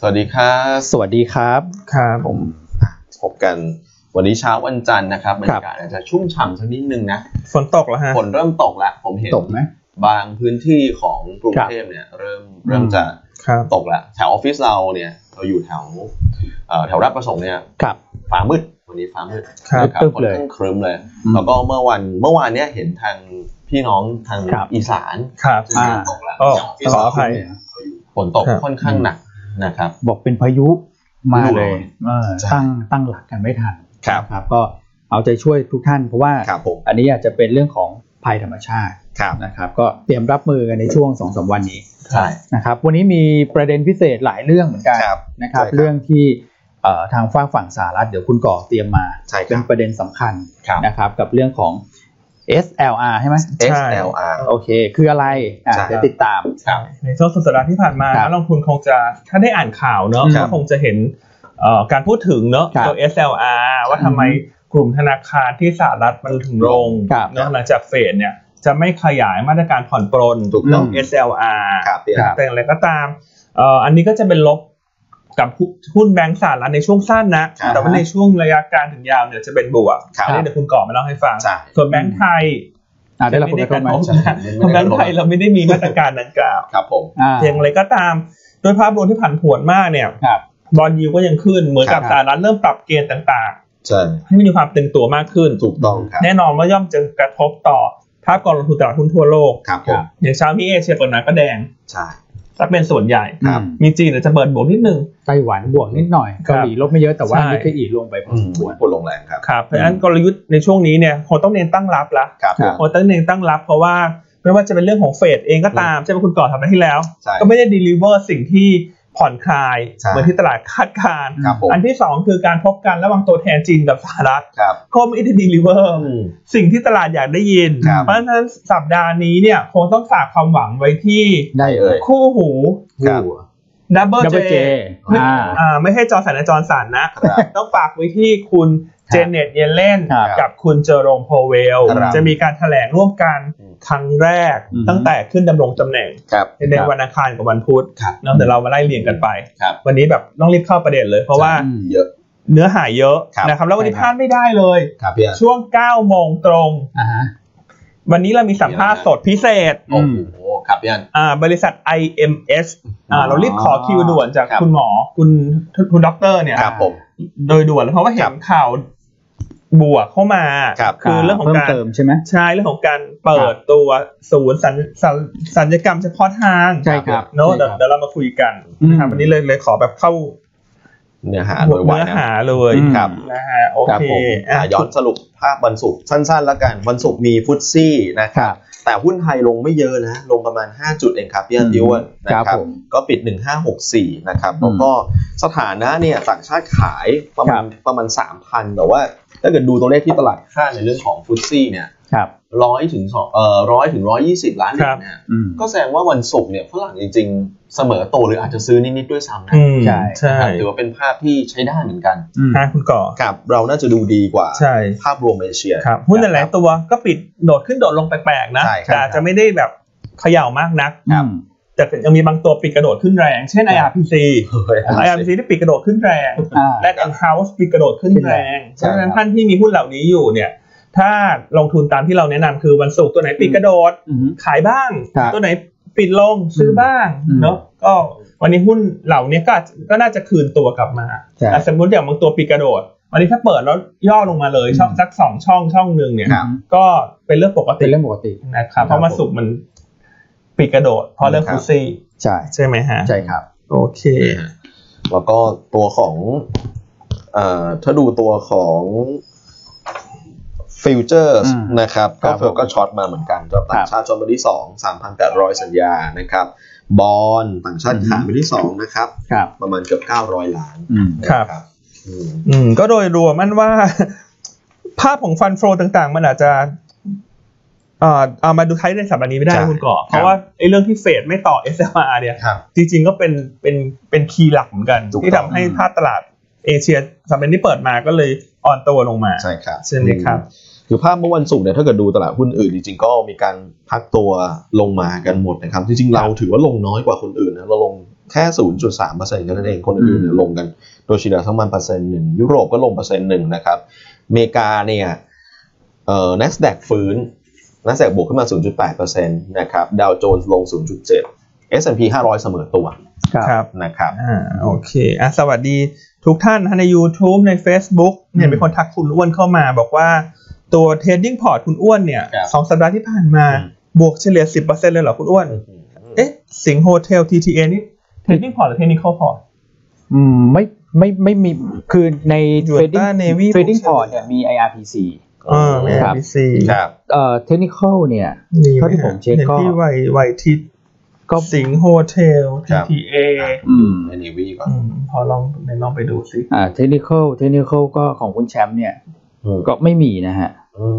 สวัสดีครับ สวัสดีครับ ครับ ผมอ่ะพบกันวันนี้เช้าวันจันทร์นะครับบรร ครับ ยากาศอาจจะชุ่มฉ่ำสักนิดนึงนะ ฝนตกแล้วฮะ ฝนเริ่มตกแล้วผมเห็น ตกไหม บางพื้นที่ของกรุง ครับ เทพเนี่ยเริ่มเริ่มจะ ครับ ตกแล้วแถวออฟฟิศเราเนี่ยเราอยู่แถวเอ่อแถวรับประสงค์เนี่ย ครับ ฟ้ามืดวันนี้ฟ้ามืด ครับ นะ ตึ๊บ ค่อน เลย ข้างครึ้มเลย อืม แล้วก็เมื่อวันเมื่อวานเนี่ยเห็นทางพี่น้องทาง ครับ อีสาน ครับ ซึ่งเริ่มตกแล้ว อ่า อย่างที่ ขออภัย ฝนตก ครับ ค่อนข้างหนักนะครับ บอกเป็นพายุมาเลยเออ ใช่ ตั้งตั้งหลักกันไม่ทัน ครับ นะครับ ก็เอาใจช่วยทุกท่านเพราะว่า ครับผม อันนี้อาจจะเป็นเรื่องของภัยธรรมชาติ ครับ นะครับ ก็เตรียมรับมือกันในช่วง2อสวันนี้ ใช่ นะครับ วันนี้มีประเด็นพิเศษหลายเรื่องเหมือนกัน ครับ นะครับ ใช่ครับ เรื่องที่เอ่อทางฝากฝั่งสหรัฐเดี๋ยวคุณก่อเตรียมมา ใช่ครับ เป็นประเด็นสำคัญ ครับ นะครับ กับเรื่องของ SLR ใช่ไหม SLR โอเค คืออะไรอ่ะ ใช่ครับ เดี๋ยวติดตาม ครับ ในช่วงสุดสัปดาห์ที่ผ่านมา ครับ นักลงทุนคงจะถ้าได้อ่านข่าวเนอะ ครั ก็ บ คงจะเห็นเอ่อการพูดถึงเนอะ ครับ ตัว SLR ว่าทำไมกลุ่มธนาคารที่สหรัฐมันถึงลง ครับ เนอะหลังจากเฟดเนี่ยจะไม่ขยายมาตรการผ่อนปรน ถูกต้อง อืม SLR ครับพี่ ค อา รั ร์ตบแต่อย่างไรก็ตามเอ่ออันนี้ก็จะเป็นลบกับหุ้นแบงก์สหรัฐในช่วงสั้นนะ ครับ แต่ว่าในช่วงระยะกลางถึงยาวเนี่ยจะเป็นบวก ครับ อันนี้เดี๋ยวคุณก่อมาเล่าให้ฟัง ใช่ ส่วนแบงก์ไทย อ่ะได้รับผลกระทบไหม ใช่ ไม่ แบ ได้ ง ล ก์ ด ไทยเราไม่ได้มีมาตรการดังกล่าว ครับผม อ่า อย่างไรก็ตาม โดยภาพรวมที่ผันผวนมากเนี่ย ครับ บอลยูก็ยังขึ้น เหมือนกับ ครับ สหรัฐเริ่มปรับเกณฑ์ต่าง ใช่ ๆ ให้มีความตึงตัวมากขึ้น ถูกต้องครับ แน่นอนว่าย่อมจะกระทบต่อภาพการลงทุนตลาดหุ้นทั่วโลก ครับผม อย่างเช้านี้เอเชียก่อนหนาก็แดง ใช่ สักเป็นส่วนใหญ่ ครับ อืม มีจีนเนี่ยจะเบิดบวกนิดนึง ไต้หวันบวกนิดหน่อย ครั เกา บ หลีลบไม่เยอะแต่ว่า ใช่ นิกเกอีลงไปพอสมควร ปวดลงแรงครับ ครับเพราะฉะนั้นกลยุทธ์ในช่วงนี้เนี่ยคงต้องเน้นตั้งรับละ ครับผม คงต้องเน้นตั้งรับเพราะว่าไม่ว่าจะเป็นเรื่องของเฟดเองก็ตามใช่ไหมคุณก่อทำหน้าที่แล้ว ใช่ ก็ไม่ได้ด e ลิเวอร์สิ่งที่ผ่อนคลาย ใช่ เหมือนที่ตลาดคาดการณ์ ครับผม อันที่ 2 คือการพบกันระหว่างตัวแทนจีนกับสหรัฐ ครับ ก็ไม่ได้ดีลิเวอร์สิ่งที่ตลาดอยากได้ยิน ครับ เพราะฉะนั้นสัปดาห์นี้เนี่ยคงต้องฝากความหวังไว้ที่ ได้เอ่ย คู่หู ครับ ดับเบิล ดับเบิล เจ เจอ่า ไม่ให้จอสันนะจอสันนะ ครับ ต้องฝากไว้ที่คุณ ครับ เจเน็ตเยเลน ครับ กับคุณเจอโรมโพเวล ครับ จะมีการแถลงร่วมกัน อืม ครั้งแรก อืม ตั้งแต่ขึ้นดำรงตำแหน่ง ครับ ใน ครับ วันอังคารกับวันพุธ ครับ เนอะแต่เรามาไล่เรียงกันไป ครับ วันนี้แบบต้องรีบเข้าประเด็นเลย เพราะว่า อืม เยอะ เนื้อหาเยอะ ครับ นะครับ แล้ววันนี้ ใช่ พ ครับ ลาดไม่ได้เลย ครับพี่อาร์ต ช่วง 9 โมงตรง อ่าฮะ วันนี้เรามีสัมภาษณ์สดพิเศษ โอ้โหครับพี่อาร์ต อ่าบริษัท IMS อ่าเรารีบขอคิวด่วนจาก ครับ คุณหมอคุณคุณด็อกเตอร์เนี่ย ครับผม โดยด่วนเพราะว่าเห็ ครั น บ ข่าวบวกเข้ามา ครับ อเรื่องของ เพิ่ม การ เติมใช่ไหม ใช่เรื่องของการเปิ ครั ด บ ตัวศูนย์สัญสัญสัญญกรรมเฉพาะทาง ใช่ครับ เนอะ ใช่ เดี๋ยว ครับ เดี๋ยวเรามาคุยกัน อืม นะครับวันนี้เลยเลยขอแบบเข้า เนื้อหา หั โด วย วัน เนื้อ นะ หาเลย อืม ครับ นะฮะโอ ครับ เค ผม อ่ะ อ่ะย้อนสรุปภาพวันศุกร์สั้นๆ แล้วกัน วันศุกร์มีฟุตซี่นะค ครับ รับ แต่หุ้นไทยลงไม่เยอะนะ ลงประมาณ 5 จุดเองครับพี่อาร์ต อืม อ้วนนะค ครั รั บบ ผม ก็ปิด 1564 นะครับแล้ว อืม ก็สถานะเนี่ยต่างชาติขายประมาณประมาณ 3,000 แต่ว่าถ้าเกิดดูตัวเลขที่ตลาดคาดในเรื่องของฟุตซี่เนี่ย ครับ ร้อยถึงสองเอ่อร้อยถึงร้อยยี่สิบล้านเหรียญเนี่ย อืม ก็แสดงว่าวันศุกร์เนี่ยฝรั่งจริงๆ เสมอโตวหรืออาจจะซื้อนิด ๆ ด้วยซ้ำนะ อืม ใช่ ใช่ ถือว่าเป็นภาพที่ใช้ได้เหมือนกัน อืม ฮะคุณก่อ ครับเราน่าจะดูดีกว่า ใช่ ภาพรวมเอเชีย ครับหุ้นหลายๆตัวก็ปิดโดดขึ้นโดดลงแปลกๆนะ ใช่ครับ แต่อาจจะไม่ได้แบบเขย่ามากนัก ครับ แต่ยังมีบางตัวปิดกระโดดขึ้นแรง เช่น IRPC เฮ้ย IRPC ที่ปิดกระโดดขึ้นแรง อ่า และ House ปิดกระโดดขึ้นแรง ใช่ เพราะฉะนั้ ครั น บ ท่านที่มีหุ้นเหล่านี้อยู่เนี่ย ถ้าลงทุนตามที่เราแนะนำคือวันศุกร์ตัวไหนปิดกระโดด อือฮึ ขายบ้าง ครับ ตัวไหนปิดลงซื้อบ้าง อืม เนาะก็วันนี้หุ้นเหล่านี้ก็อาจก็น่าจะคืนตัวกลับมา ใช่ อ่ะสมมติอย่างบางตัวปิดกระโดด วันนี้ถ้าเปิดแล้วย่อลงมาเลย อืม ช่องสักสองช่องช่องหนึ่งเนี่ย ครับ ก็เป็นเรื่องปก เป็ ติ นเรื่องปกติ นะครับเพราะ ครับ มาสุกร์มันปิดกระโดด เพราะเรื่อง ครับ ฟูซี่ ใช่ ใช่ไหมฮะ ใช่ครับ โอเค แล้วก็ตัวของเอ่อถ้าดูตัวของฟิวเจอร์ อืม นะครับ ครั ก็ บ เฟลก็ช็อตมาเหมือนกันจอบต่างชาติช็อตมาที่สองสามพันแปดร้อยสัญญานะครับ บอลต่างชาติ อืม ขายมาที่สองนะครับ ครับ ประมาณเกือบเก้าร้อยล้าน อืม ครับ นะอืม อืมก็โดยรวมมันว่า ภาพของฟันโฟต่างๆ มันอาจจะเอ่อเอามาดูใช้ในสัปดาห์นี้ไม่ได้ ใช่ นะคุณก่อ ครับ เพราะว่าไอ้เรื่องที่เฟดไม่ต่อ SMR เนี่ย ครับ จริงๆก็เป็นเป็นเป็นคีย์หลักเหมือนกัน ถูกต้อง ที่ทำให้ภาคตลาดเอเชียสัปดาห์นี้เปิดมาก็เลยอ่อนตัวลงมา ใช่ครับ ใช่ไหมครับ คือภาพเมื่อวันศุกร์เนี่ยถ้าเกิดดูตลาดหุ้นอื่นจริงๆก็มีการพักตัวลงมากันหมดนะครับ จริงๆเราถือว่าลงน้อยกว่าคนอื่นนะเราลง แค่ 0.3เปอร์เซ็นต์นั่นเอง คนอื่นเนี่ย อืม ลงกัน โดยเฉลี่ยทั้งมันเปอร์เซ็นต์หนึ่งยุโรปก็ลงเปอร์เซ็นต์หนึ่งนะครับอเมริกาเนี่ยเอ่อ NASDAQ ฟื้น NASDAQ บวกขึ้นมา 0.8เปอร์เซ็นต์นะครับดาวโจนส์ลง 0.7 S&P 500 เสมอตัว ครับ นะครับ อ่าโอเคอ่ะสวัสดีทุกท่านทั้งใน YouTube ใน Facebook เนี่ย อืม มีคนทักคุณอ้วนเข้ามาบอกว่าตัวเทรดดิ้งพอร์ตคุณอ้วนเนี่ย ครับ สองสัปดาห์ที่ผ่านมา อืม บวกเฉลี่ย 10%เลยเหรอคุณอ้วน เอ๊ะ สิงห์โฮเทล TTA นี่เทรดดิ้งพอร์ตหรือเทคนิคอลพอร์ต อืมไม่ไม่ไม่มีคือใน อยู่ใต้ trading Navy trading ผมเชื่อ port เนี่ยมี IRPC อ่า ครับ พีซี ครับ เอ่อ technical เนี่ย นี่ เท่าที่ผมเช็คก็ ห็นที่ไวไวทิศ ก็ สิงห์โฮเทล ครับ TTA อืม ในนีวีก่อน อืมพอลองไหนลองไปดูสิ อ่า technical technical ก็ของคุณแชมป์เนี่ยก็ไม่มีนะฮะ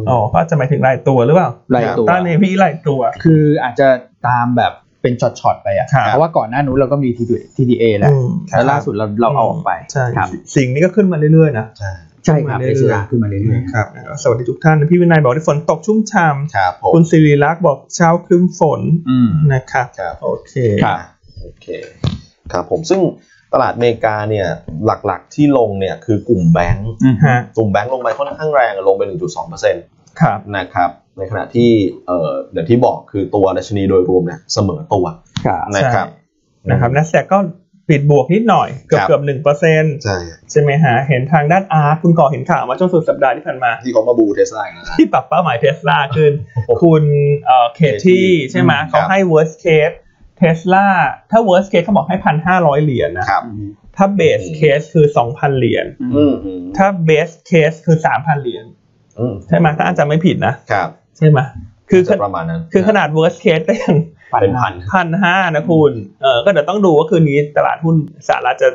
อ๋อก็อาจจะหมายถึงรายตัวหรือเปล่าร ายตัว ต้าเนวี่รายตัว คืออาจจะตามแบบเป็นช็อตๆไปอ่ะ ครับ เพราะว่าก่อนหน้านู้นเราก็มี TDA แหละ อืมครับ แล้วล่าสุดเราเราเอาออกไป ใช่ ครับ สิ่งนี้ก็ขึ้นมาเรื่อยๆนะ ใช่ ใช่ครับ ขึ้นมาเรื่ เอ อยๆ เชียขึ้นมาเรื่อย ครับสวัสดีทุกท่าน พี่วินัยบอกที่ฝนตกชุ่มฉ่ ครับผ ำ ม คุณสิริลักษณ์บอกเช้าครึ้มฝน ๆอืม นะครับ ครับ โอเค ครับ โอเคครับผมซึ่งตลาดอเมริกาเนี่ยหลักๆที่ลงเนี่ยคือกลุ่มแบงก์ อืม ฮะ กลุ่มแบงก์ลงไปค่อนข้างแรงลงไป 1.2% ครับ นะครับในขณะที่เอ่ออย่างที่บอกคือตัวดัชนีโดยรวมเนี่ยเสมอตัว ครับ นะครับ นะครับนัสแดกก็ปิดบวกนิดหน่อย เกือบเกือบหนึ่งเปอร์เซ็นต์ ใช่ ใช่ไหมฮะ เห็นทางด้านอาร์คุณก่อเห็นข่าวมาช่วงสุดสัปดาห์ที่ผ่านมา ที่เขามาบูเทสลาอีกแล้วนะ ที่ปรับเป้าหมายเทสลาขึ้น คุณเอ่อเคที่ใช่ไหม ครับ เขาให้ worst case เทสลาถ้า worst case เขาบอกให้พันห้าร้อยเหรียญนะครับ ถ้า base case คือสองพันเหรียญ อืม อืม ถ้า best case คือสามพันเหรียญ อืม ใช่ไหมถ้าอาจจะไม่ผิดนะ ครับ ใช่ไหมคือ จะประมาณนั้น คือขนาด worst case ก็ยัง เป็นพัน พันห้านะคุณ เออก็เดี๋ยวต้องดูว่าคืนนี้ตลาดหุ้นสหรัฐจะ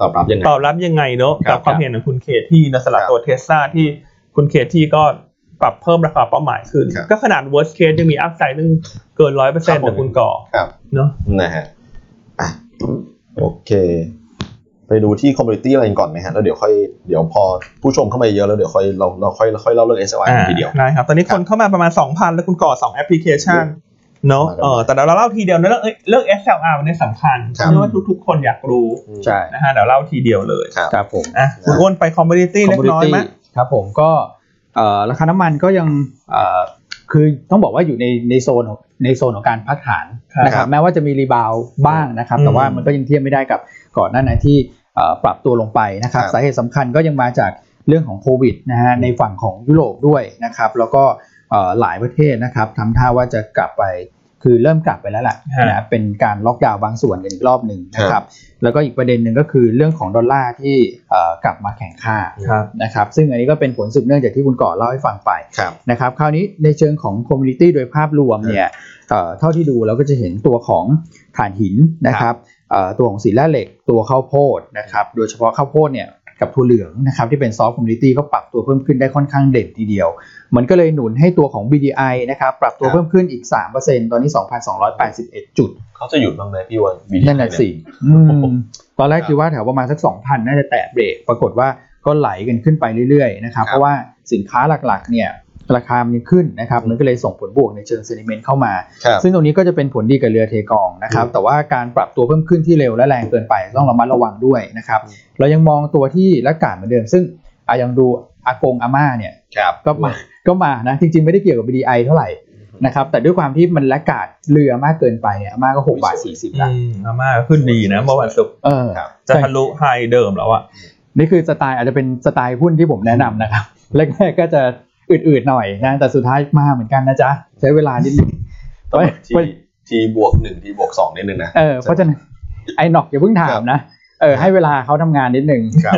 ตอบรับยังไง ตอบรับยังไงเนาะ ครั กับบ ความเห็นของคุณเคที่นะสลัคบรับ ตัวเทสซาที่คุณเคที่ก็ปรับเพิ่มราคาเป้าหมายขึ้น ครับ ก็ขนาด worst case ยังมีอัพไซด์นึงเกินร้อยเปอร์ ครั เซ็น บผมต์นะคุณก่อ ครับ เนาะ นะฮะอ่ะโอเค ไปดูที่คอมมูนิตี้อะไรกันก่อนไหมฮะแล้วเดี๋ยวค่อยเดี๋ยวพอผู้ชมเข้ามาเยอะแล้วเดี๋ยวค่อยเราเราค่อยเราค่อยเล่าเรื่อง SOI ทีเดียว อ่านะครับ ตอนนี้คนเข้ามาประมาณ 2,000 แล้วคุณก่อ2แอปพลิเคชันเนาะเออแต่เดี๋ยวเราเล่าทีเดียวนะเรื่องเอ้ยเรื่อง SLR เนี่ยสำคัญ ครับ เชื่อว่าทุกๆ คนอยากรู้ ใช่ นะฮะเดี๋ยวเล่าทีเดียวเลย ครับ ครับผม อ่ะคุณอ้วนไปคอมมูนิตี้เล็กน้อยไหม Commodity ครับผมก็เอ่อราคาน้ำมันก็ยังเอ่อคือต้องบอกว่าอยู่ในในโซนของในโซนของการพักฐาน ครับ นะครับแม้ว่าจะมีรีบาวด์บ้างนะครับ อืม แต่ว่ามันก็ยังเทียบไม่ได้กับก่อนหน้านั้นที่เอ่อปรับตัวลงไปนะครับ ครับ สาเหตุสำคัญก็ยังมาจากเรื่องของโควิดนะฮะในฝั่งของยุโรปด้วยนะครับแล้วก็เอ่อหลายประเทศนะครับทำท่าว่าจะกลับไปคือเริ่มกลับไปแล้วแหละ ฮะ นะเป็นการล็อกดาวน์บางส่วนกันอีกรอบหนึ่งนะครับแล้วก็อีกประเด็นหนึ่งก็คือเรื่องของดอลลาร์ที่เอ่อกลับมาแข่งค่า ครับ นะครับซึ่งอันนี้ก็เป็นผลสืบเนื่องจากที่คุณก่อเล่าให้ฟังไป ครับ นะครับคราวนี้ในเชิงของคอมมูนิตี้โดยภาพรวมเนี่ยเอ่อเท่าที่ดูเราก็จะเห็นตัวของถ่านหินนะครับเอ่อตัวของสีแร่เหล็กตัวข้าวโพดนะครับโดยเฉพาะข้าวโพดเนี่ยกับถั่วเหลืองนะครับที่เป็นซอฟต์คอมมูนิตี้ก็ปรับตัวเพิ่มขึ้นได้ค่อนข้างเด่นทีเดียว มันก็เลยหนุนให้ตัวของ BDI นะครับปรับตัว ครับ เพิ่มขึ้นอีก 3%ตอนนี้ 2,281 จุด เขาจะหยุดบ้างไหมพี่วัน BDI นั่นแหละสิอืมตอนแรกคิดว่าแถวประมาณสักสองพันน่าจะแตะเบรก ปรากฏว่าก็ไหลกันขึ้นไปเรื่อยๆนะครับ ครับ เพราะว่าสินค้าหลักๆเนี่ยราคามันขึ้นนะครับ มันก็เลยส่งผลบวกในเชิงเซนิเมนต์เข้ามา ครับ ซึ่งตรงนี้ก็จะเป็นผลดีกับเรือเทกองนะครับ แต่ว่าการปรับตัวเพิ่มขึ้นที่เร็วและแรงเกินไปต้องระมัดระวังด้วยนะครับ เรายังมองตัวที่ละกาดเหมือนเดิม ซึ่งอะยังดูอากงอาม่าเนี่ย ครับ ก็มา ก็มานะจริงๆไม่ได้เกี่ยวกับ BDI เท่าไหร่นะครับแต่ด้วยความที่มันละกาดเรือมากเกินไปเนี่ยอาม่าก็หกบาทสี่สิบ อื ละ มอาม่าขึ้นดีนะเมื่อวันศุกร์ เออ ครับ จะทะลุไฮเดิมแล้วอะ นี่คือสไตล์อาจจะเป็นสไตล์หุ้นที่ผมแนะนำนะครับ แรกๆก็จะอืดๆหน่อยนะแต่สุดท้ายมาเหมือนกันนะจ๊ะ ใช้เวลานิดนึง ต้องแบบทีทีบวกหนึ่งทีบวกสองนิดนึงนะ เออเพราะฉะนั้นไอ้หนอกอย่าเพิ่งถามนะเออให้เวลาเขาทำงานนิดนึง ครับ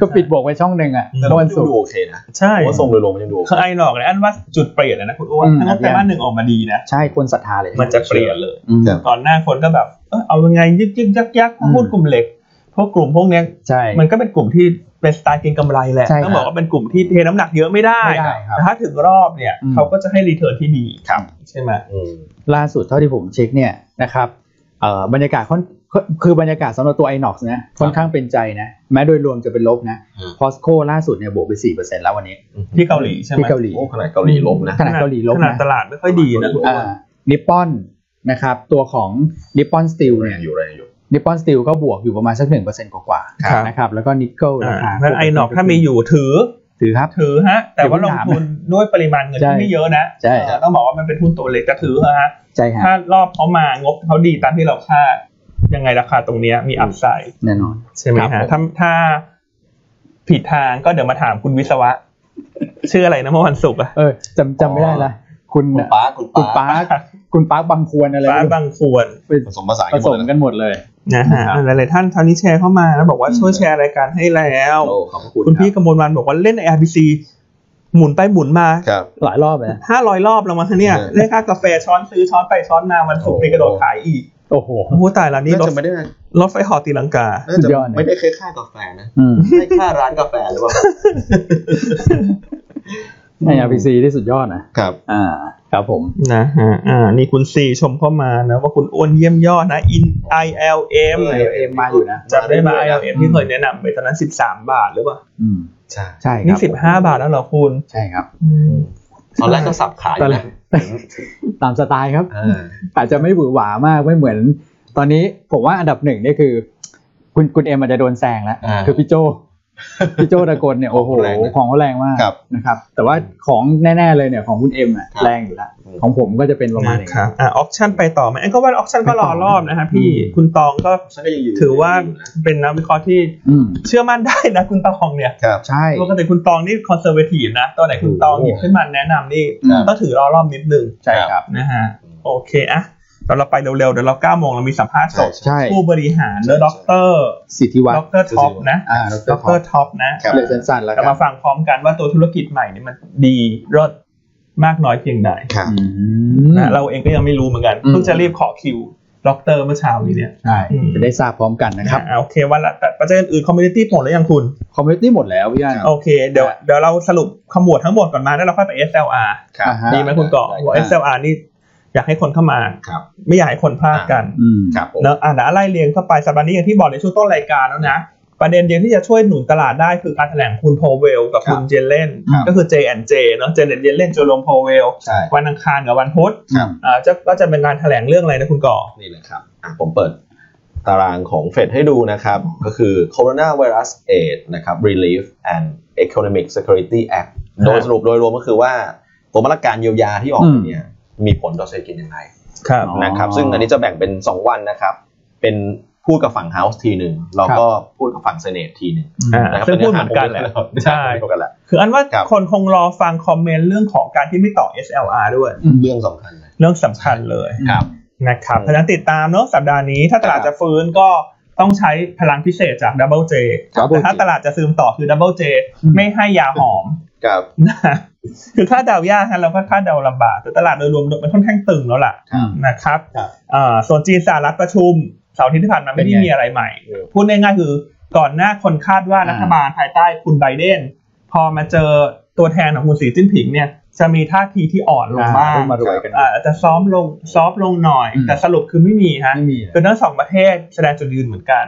ก็ปิดบวกไปช่องหนึ่งอ่ะ แต่ วั มัน น ศุก ดู ร์ โอเคนะ ใช่ ผมว่าทรงโดยรวมมันยังดูโอเค คือไอ้หนอกเลยอันว่าจุดเปลี่ยนเลยนะคุณอ้วน อืม ถ้างบไตรมาสหนึ่งออกมาดีนะ ใช่คนศรัทธาเลย มันจะเปลี่ยนเลย อืม ครับ ก่อนหน้าคนก็แบบ เออเอายังไงยึกยึกยักยัก อืม พูดกลุ่มเหล็กพวกกลุ่มพวกเนี้ย ใช่ มันก็เป็นกลุ่มที่เป็นสไตล์เกินกำไรแหละ ใช่ครับ ต้องบอกว่าเป็นกลุ่มที่เทน้ำหนักเยอะไม่ได้ ไม่ได้ครับ แต่ถ้าถึงรอบเนี่ย อืม เขาก็จะให้รีเทิร์นที่ดีใช่ไหม อืม ล่าสุดเท่าที่ผมเช็คเนี่ยนะครับเอ่อบรรยากาศค่อนคือบรรยากาศสำหรับตัว iNox นะค่อนข้างเป็นใจนะ แม้โดยรวมจะเป็นลบนะ อืม พอสโคล่าสุดเนี่ยบวกไป 4%แล้ววันนี้ ที่เกาหลีใช่ไหม ที่เกาหลี โอ้ขนาดเกาหลีลบนะ ขนาดเกาหลีลบ ข นะ นาดตลาดไม่ค่อยดีนะ อ่า นิปปอน นะครับตัวของ Nippon Steel เนี่ย อยู่อะไรอยู่ Nippon Steel ก็บวกอยู่ประมาณสัก1%กว่า ครับ ๆนะครับแล้วก็นิกเกิลราคา อ่าแล้วไอ้หนอกถ้ามีอยู่ถือ ถือครับ ถือฮะ แต่ว่าลงทุนด้วยปริมาณเงิน ใช่ ที่ไม่เยอะนะ ใช่ เออต้องบอกว่ามันเป็นหุ้นตัวเล็กก็ถือเถอะฮะ ใช่ฮะ ถ้ารอบเขามางบเขาดีตามที่เราคาดยังไงราคาตรงเนี้ยมีอัพไซด์ แน่นอน ใช่ไหม ครับฮะผม ถ้าถ้าผิดทางก็เดี๋ยวมาถามคุณวิศวะ ชื่ออะไรนะเมื่อวันศุกร์อะ เออจำจำไม่ได้ละคุณ คุณ น่ะ ป้าคุณ คุณ ป้า ปาร์คคุณปาร์คบางควรอะไร ฟ้า ไม่รู้ บางควร ไป ผสมผสาน ผ กันห ส มด ม เลย กันหมดเลย นะฮะ ครับ หลายๆท่านคราวนี้แชร์เข้ามาแล้วบอกว่า อืม ช่วยแชร์รายการให้แล้ว โอ้ขอบพระคุณ คุณพี่ ค กมลวันบอกว่าเล่น IRPC หมุนไปหมุนมา รับครับ หลายรอบเลยนะ ห้าร้อยรอบแล้วมั้งคะเนี่ย เออ เลขค่ากาแฟช้อนซื้อช้อนไปช้อนมาวันศุกร์นี่กระโดดขายอีก โอ้โห โอ้โหตายแล้วนี่ น่าร ถ จะไม่ได้ รถไฟเหอตีลังกา น่า สุ จะ ดยอดนะ ไม่ได้แค่ค่ากาแฟนะ อืม ได้ค่าร้านกาแฟหรือเปล่า ใน RPC ที่สุดยอดนะครับ อ่าครับผม นะฮะ อ่า นี่คุณซีชมเข้ามานะ ว่าคุณอ้วนเยี่ยมยอดนะ in I L M เออ ILM มาอยู่นะ จำได้ไหม I L M ที่เคยแนะนำไปตอนนั้น 13 บาทหรือเปล่า อืม ใช่ ใช่ครับ นี่ 15 บาทแล้วเหรอคุณ ใช่ครับ ตอนแรกก็สับขาย ตอนแร นะ ก ตามสไตล์ครับ อ่า อาจจะไม่หวือหวามากไม่เหมือน ตอนนี้ผมว่าอันดับหนึ่งเนี่ยคือ คุณคุณเอ็มอาจจะโดนแซงแล้ว อ่า คือพี่โจพี่โจตะกลเนี่ยโอ้โห แรงนะ ของเขาแรงมาก ครับ นะครับ แต่ว่าของแน่ๆเลยเนี่ยของคุณเอ็มอะ ครับ แรงอยู่แล้ว อืม ของผมก็จะเป็นประมาณ นะ นี้ ครับ อ่า ออคชั่นไปต่อไหมไอ้ก็ว่าออคชั่นก็รอรอบนะฮะพี่ อืม คุณตองก็ ฉันก็ยังยู่ ถือว่าเป็นนักวิเคราะห์ที่ อืม เชื่อมั่นได้นะคุณตองเนี่ย ครับ ใช่ ปกติคุณตองนี่คอนเซอร์เวทีฟนะ ตัวไหนคุณตองหยิบขึ้นมาแนะนำนี่ ครับ ต้องถือรอรอบนิดนึง ใช่ครับ นะฮะ โอเคอะเดี๋ยวเราไปเร็วๆ เดี๋ยวเรา9โมงเรามีสัมภาษณ์สด ใช่ ผู้บริหารและด็อกเตอร์ สิทธิวัฒน์ด็อกเตอร์ท็อปนะ อ่าด ด็อกเตอ ร ร์ท็อปนะ ครั เรียกสั้นๆแล้ว จะ กัน มาฟังพร้อมกันว่าตัวธุรกิจใหม่เนี่ยมันดีรสมากน้อยเพียงใด ครับ อืม นะเราเองก็ยังไม่รู้เหมือนกัน อืม เพิ่งจะรีบขอคิวด็อกเตอร์เมื่อเช้านี้เนี่ย ใช่ อืม จะได้ทราบพร้อมกันนะครับ อ่าโอเควันละแต่ประเด็นอื่นคอมมูนิตี้หมดแล้วยังคุณ คอมมิชชั่นหมดแล้วพี่อัน โอเคเดี๋ยวเดี๋ยวเราสรุปขมวดทั้งหมดก่อนมาแล้วเราค่อยไป SLR ครับ อ่าฮะ ดีไหมคุณก่อ ด้ หัว รับ SLR นี่อยากให้คนเข้ามา ครับ ไม่อยากให้คนพลาดกัน อืม ครับผม เนอะอ่านอะไรเรียงเข้าไปสัปดาห์นี้อย่างที่บอกในช่วงต้นรายการแล้วนะ ประเด็นเดียวที่จะช่วยหนุนตลาดได้คือการแถลงคุณโพเวลกับ ครับ คุณเจเลน ครับ ก็คือ J&J เนอะเจเลนเจเลนโจลงโพเวล ใช่ วันอังคารกับวันพุธ ครับ อ่าจะก็จะเป็นการแถลงเรื่องอะไรนะคุณก่อ นี่เลยครับอ่ะผมเปิดตารางของเฟดให้ดูนะครับ ก็คือ coronavirus aid นะครับ relief and economic security act โดยสรุปโดยรวมก็คือว่า ตัวมาตรการเยียวยาที่ออก อืม เนี่ย มีผลต่อเศรษฐกิจยังไง ครับ อ๋อ นะครับ ซึ่งอันนี้จะแบ่งเป็น 2 วันนะครับ เป็นพูดกับฝั่ง House ทีหนึ่งแล้วก็พูดกับฝั่ง Senate ทีหนึ่ง อ่า นะครับ ซึ่งพูดเหมือนกันแหละใช่ ใช่พูดกันแหละ คืออันว่า ครับ คนคงรอฟังคอมเมนต์เรื่องของการที่ไม่ต่อ SLR ด้วย เรื่องสำคัญเลย เรื่องสำคัญเลย ครับ นะครับเพราะฉะนั้นติดตามเนอะสัปดาห์นี้ถ้าตลาดจะฟื้นก็ต้องใช้พลังพิเศษจาก Double J ครับ แต่ถ้าตลาดจะซึมต่อคือ Double J ไม่ให้ยาหอม ครับ นะ คือคาดเดายากฮะเราก็คาดเดาลำบากแต่ตลาดโดยรวมมันค่อนข้างตึงแล้วล่ะ อืม นะครับ ครับ เอ่อส่วนจีนสหรัฐประชุมเสาร์อาทิตย์ที่ผ่านมาไม่ได้ เป็นไง มีอะไรใหม่ เออ พูดง่ายๆคือก่อนหน้าคนคาดว่า อ่า รัฐบาลภายใต้คุณไบเดน พอมาเจอตัวแทนของคุณสีจิ้นผิงเนี่ยจะมีท่าทีที่อ่อนลงบ้าง เริ่มารวยกัน อ่าอาจจะซ้อมลงซอฟต์ลงหน่อย อืม แต่สรุปคือไม่มีฮะ ไม่มีเลย คือทั้งสองประเทศแสดงจุดยืนเหมือนกัน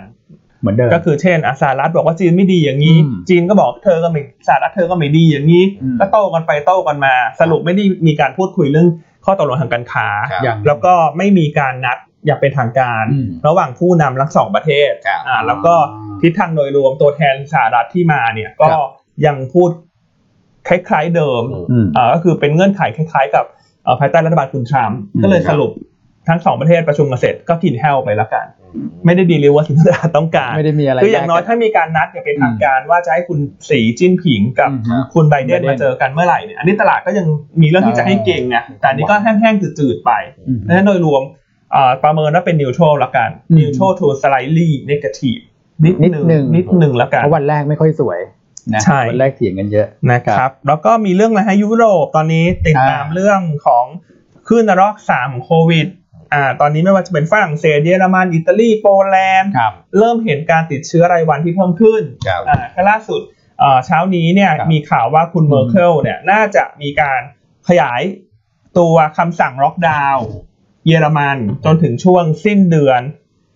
เหมือนเดิม ก็คือเช่นอะสหรัฐบอกว่าจีนไม่ดีอย่างนี้ อืม จีนก็บอกเธอก็ไม่สหรัฐเธอก็ไม่ดีอย่างนี้ อืม ก็โต้กันไปโต้กันมา สรุปไม่ได้มีการพูดคุยเรื่องข้อตกลงทางการค้า ครับ อย่าง แล้วก็ไม่มีการนัดอย่างเป็นทางการ อืม ระหว่างผู้นำทั้งสองประเทศ ครับ อ่าแล้วก็ อ่า ทิศทางโดยรวมตัวแทนสหรัฐที่มาเนี่ยก็ ครับ ยังพูดคล้ายๆเดิม อืม อืม อ่าก็คือเป็นเงื่อนไขคล้ายๆ กับเอ่อภายใต้รัฐบาลคุณทรัมป์ อืม ก็เลยสรุปทั้งสองประเทศประชุมกันเสร็จก็กินแห้วไปละกัน ไม่ ไม่ได้ดีลิว่าสิ่งที่ต ลาดต้องการ ไม่ได้มีอะไร คืออย่างน้อยถ้ามีการนัดอย่างเป็นทางการว่าจะให้คุณสีจิ้นผิงกับ อืม คุณไบเดน ไบเดน มาเจอกันเมื่อไหร่เนี่ยอันนี้ตลาดก็ยังมีเรื่องที่จะให้เก่งไง อ่า แต่อันนี้ก็แห้งๆจืดๆไป อืม ดังนั้นโดยรวมเอ่อประเมินว่าเป็นนิวโชลละกัน อืม นิวโชลทูสไลลี่เนกาทีฟนิด นิดหนึ่ง นิดหนึ่งละกัน เพราะวันแรกไม่ค่อยสวยนะ ใช่ วันแรกเถียงกันเยอะ นะครับแล้วก็มีเรื่องอะไรให้ยุโรปตอนนี้ติดตาม อ่า เรื่องของคลื่นนรกสามของโควิดอ่าตอนนี้ไม่ว่าจะเป็นฝรั่งเศสเยอรมันอิตาลีโปแลนด์ ครับ เริ่มเห็นการติดเชื้อรายวันที่เพิ่มขึ้น ครับ อ่าก็ล่าสุดเอ่อเช้านี้เนี่ย ครับ มีข่าวว่าคุณ อืม เมอร์เคิลเนี่ยน่าจะมีการขยายตัวคำสั่งล็อกดาวน์เยอรมันจนถึงช่วงสิ้นเดือน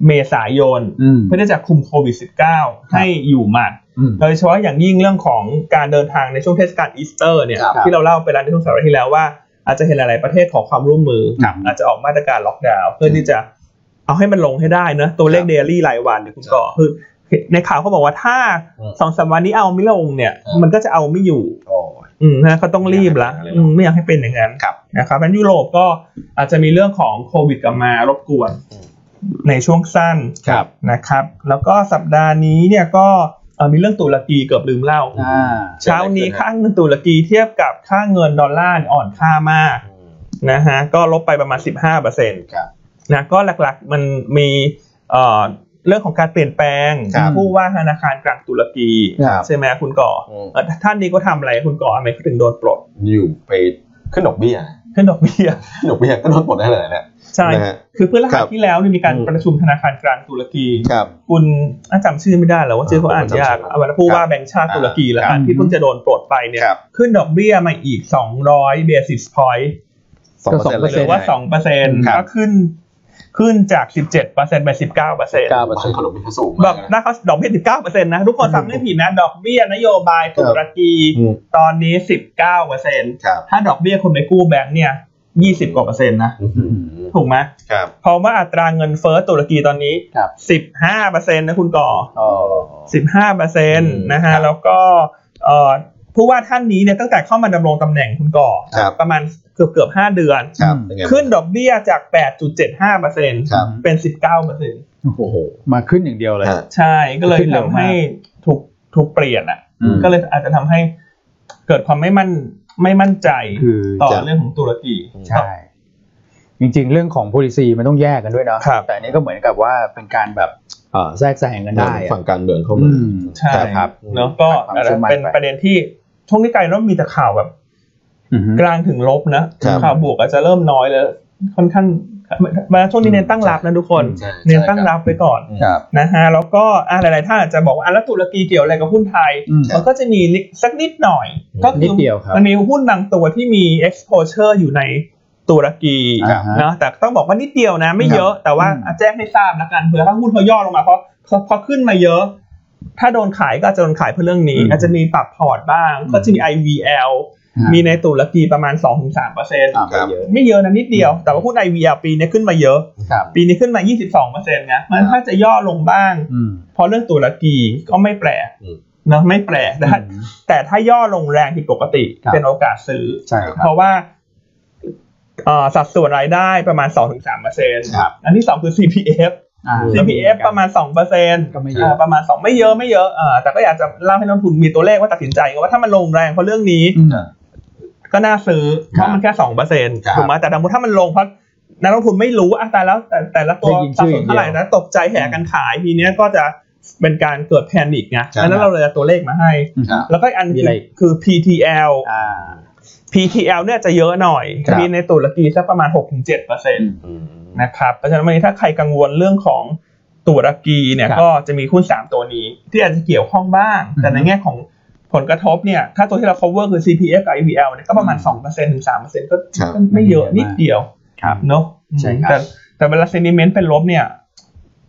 เมษายน เพื่อที่จะคุมโควิด -19 ให้อยู่หมัด โดยเฉพาะอย่างยิ่งเรื่องของการเดินทางในช่วงเทศกาลอีสเตอร์เนี่ย ครับ ที่เราเล่าไปแล้วในช่วงสัปดาห์ที่แล้วว่า อาจจะเห็นหลายๆประเทศขอความร่วมมือ ครับ อาจจะออกมาตรการล็อกดาวน์เพื่อที่จะเอาให้มันลงให้ได้เนอะตัวเลข ครับ เดลี่รายวันเนี่ยคุณ ครับ ต่อคือในข่าวเขาบอกว่าถ้า อืม สองสามวันนี้เอาไม่ลงเนี่ย ครับ มันก็จะเอาไม่อยู่ อ๋อ อืมนะเขาต้องรีบละ ไม่อยากให้เป็นอย่างนั้นเลย อืมไม่อยากให้เป็นอย่างนั้น ครับ นะครับเพราะฉะนั้นยุโรปก็อาจจะมีเรื่องของโควิดกลับมารบกวน อืม ในช่วงสั้น ครับ นะครับ แล้วก็สัปดาห์นี้เนี่ยก็เอ่อมีเรื่องตุรกีเกือบลืมเล่า อ่า เช้านี้ค่าเงินตุรกีเทียบกับค่าเงินดอลลาร์อ่อนค่ามาก อืม นะฮะก็ลบไปประมาณ 15เปอร์เซ็นต์ ครับ นะก็หลักๆมันมีเอ่อเรื่องของการเปลี่ยนแปลง ครับ ผู้ว่าธนาคารกลางตุรกี ครับ ใช่ไหมคุณก่ออ ม เอ่อท่านนี้ก็ทำอะไรคุณก่อทำไมเขาถึงโดนปลด อยู่ไปขึ้นดอกเบี้ย ขึ้นดอกเบี้ย ขึ้นดอกเบี้ยก็ลดหมดได้เลยนะ ใช่ นะฮะ คือเพื่อรหั ครั ส บ ที่แล้วเนี่ยมีการ อืม ประชุมธนาคารกลางตุรกี ครับ คุณอ่ะจำชื่อไม่ได้แล้วว่าชื่อเขาอ่านยาก ผมจำชื่อไม่ได้ เอาวันผู้ว่าแบงก์ชาติตุรกีแล้วกั ครั น บ ที่เพิ่งจะโดนปลดไปเนี่ย ครับ ขึ้นดอกเบี้ยมาอีก 200 basis point สองเปอร์เซ็นต์เลยก็หรือว่า 2% ครับ ก็ขึ้น ขึ้นจาก 17%ไป 19% เปอร์เซ็นต์ขนมมีผสม แบบน่าเขาดอกเบี้ย 19%นะ ทุกคนฟังไม่ผิดนะ ดอกเบี้ยนโยบายตุรกีตอนนี้ 19% ครับ ถ้าดอกเบี้ยคนไปกู้แบงก์เนี่ย 20 กว่าเปอร์เซ็นต์นะ ถูกไหม ครับ เพราะว่าอัตราเงินเฟ้อตุรกีตอนนี้ ครับ 15เปอร์เซ็นต์นะคุณก่อ 15เปอร์เซ็น ม ต์นะคฮะรับ แล้วก็เอ่อผู้ว่าท่านนี้เนี่ยตั้งแต่เข้ามาดำรงตำแหน่งคุณก่อ ครับ ประมาณเกือบเกือบ5เดือน ครับเป็นไงบ้าง ขึ้นดอกเบี้ยจาก 8.75เปอร์เซ็นต์ ครับ เป็น 19เปอร์เซ็นต์ โอ้โห มาขึ้นอย่างเดียวเลย ฮะ ใช่ ก็เลย ขึ้นเร็วมาก ทำให้ถูกถูกเปลี่ยนอ่ะ อืม ก็เลยอาจจะทำให้เกิดความไม่มั่นไม่มั่นใจ คือ ต่อ จะ เรื่องของตุรกี ใช่ จริงๆ เรื่องของ policy มันต้องแยกกันด้วยเนาะ ครับ แต่อันนี้ก็เหมือนกับว่าเป็นการแบบเอ่อแทรกแซงกันได้อะ ฝั่งการเมืองเข้ามา อืม ใช่ ครับ เนาะก็ ความเชื่อมั่น เป็น ไป ประเด็นที่ช่วงนี้ไกลเริ่มมีแต่ข่าวแบบ อือฮึ กลางถึงลบนะครับ ข่าวบวกอาจจะเริ่มน้อยแล้ว ค่อนข้างมาช่วงนี้เน้นตั้งรับนะทุกคน ใช่ใช่ เน้นตั้งรับไปก่อน ครับ นะฮะแล้วก็อ่ะหลายๆท่านอาจจะบอกว่าอ่ะแล้วตุรกีเกี่ยวอะไรกับหุ้นไทย อืม มันก็จะมีนิดสักนิดหน่อย ก็ นิ คื ดเดียวครับ มันมีหุ้นบางตัวที่มี exposure อยู่ในตุรกี อ่าฮะ เนาะแต่ต้องบอกว่านิดเดียวนะ ไม่เยอะแต่ว่า อืม อ่ะแจ้งให้ทราบแล้วกันเผื่อถ้าหุ้นเขาย่อลงมาเพราะเพราะพอขึ้นมาเยอะ ถ้าโดนขายก็อาจจะโดนขายเพื่อเรื่องนี้ อืม อาจจะมีปรับพอร์ตบ้าง ก็จะมี IVL มีในตุรกีประมาณ 2-3%เปอร์เซ็นต์ อ่าไม่เยอะ ไม่เยอะนะนิดเดียว แต่ว่าหุ้น IVL ปีนี้ขึ้นมาเยอะ ครับ ปีนี้ขึ้นมา 22เปอร์เซ็นต์นะมันถ้าจะย่อลงบ้าง อืม เพราะเรื่องตุรกีก็ไม่แปลก อืม เนอะไม่แปลกแต่ถ้า อืม แต่ถ้าย่อลงแรงผิดปกติ ครับ เป็นโอกาสซื้อ ใช่ครับเพราะว่าเอ่อสัดส่วนรายได้ประมาณ 2-3เปอร์เซ็นต์ ครับ อันที่ 2 คือ CPF อ่า CPF ประมาณ2เปอร์เซ็นต์ ก็ไม่เย อ่า อะ ประมาณสองไม่เยอะไม่เยอะอ่าแต่ก็อยากจะเล่าให้นักทุนมีตัวเลขว่าตัดสินใจว่าถ้ามันลงแรงเพราะเรื่องนี้ อืม ก็น่าซื้อเพ ครับ ราะมันแค่สองเปอร์เซ็นต์ ครับ ถูกไหมแต่สมมติถ้ามันลงเพราะนักลงทุนไม่รู้อ่ะแต่แล้วแต่แต่ละตัว ได้ยิน สั ชื่ ด ออย่าน งเดียวส่วเท่าไหร่นะตกใจแห่กันขายทีเนี้ยก็จะเป็นการเกิดแพนิคไง ครับ อันนั้นเราเลยเอาตัวเลขมาให้ ครับ แล้วก็อีกอัน มี คื อะไร อ อีก คือ PTL อ่า PTL เนี่ยจะเยอะหน่อย ครับ มีในตุรกีสักประมาณ6-7%เปอร์เซ็นต์ นะครับเพราะฉะนั้นวันนี้ถ้าใครกังวลเรื่องของตุรกีเนี่ย ครับ ก็จะมีหุ้น3 ตัวนี้ ที่อาจจะเกี่ยวข้องบ้าง แต่ อือฮึ ในแง่ของผลกระทบเนี่ยถ้าตัวที่เรา cover คือ CPF กับ IVL เนี่ยก็ประมาณ อืม 2%ถึง3%ก็ ครับ ก็ไม่เยอะ ไม่เยอะมาก นิดเดียว ครับ เนาะ ใช่ครับ แต่แต่เวลา sentiment เป็นลบเนี่ย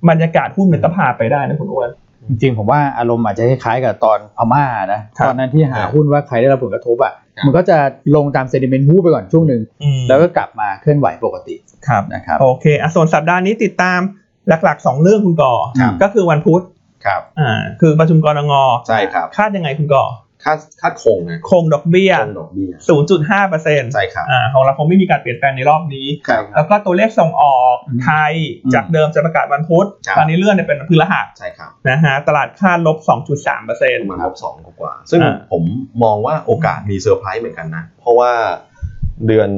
บรรยากาศหุ้นมันก็พาไปได้นะคุณอ้วน จริงๆผมว่าอารมณ์อาจจะคล้ายๆกับตอนพม่านะครับ ตอนนั้นที่หาหุ้นว่าใครได้รับผลกระทบอ่ะ ครับ มันก็จะลงตามเซนิเมนต์วูบไปก่อนช่วงหนึ่งแล้วก็กลับมาเคลื่อนไหวปกติ ครับ นะครับ โอเคอ่ะส่วนสัปดาห์นี้ติดตามหลักๆ 2 เรื่องคุณก่อ ครับ ก็คือวันพุธ ครับ อ่าคือประชุมกรง ใช่ครับ คาดยังไงคุณก่อ คาดคาดคงนะ คงดอกเบี้ย คงดอกเบี้ย 0.5เปอร์เซ็นต์ ใช่ครับ อ่าของเราคงไม่มีการเปลี่ยนแปลงในรอบนี้ ครับ แล้วก็ตัวเลขส่งออก อืม ไทย อืม จากเดิมจะประกาศวันพุธ ครับ ตอนนี้เลื่อนไปเป็นวันพฤหัส ใช่ครับ นะฮะตลาดคาดลบ 2.3เปอร์เซ็น ป ต์ ระมาณลบสองกว่าๆซึ่ง อ่า ผมมองว่าโอกาสมีเซอร์ไพรส์เหมือนกันนะ เพราะว่าเดือน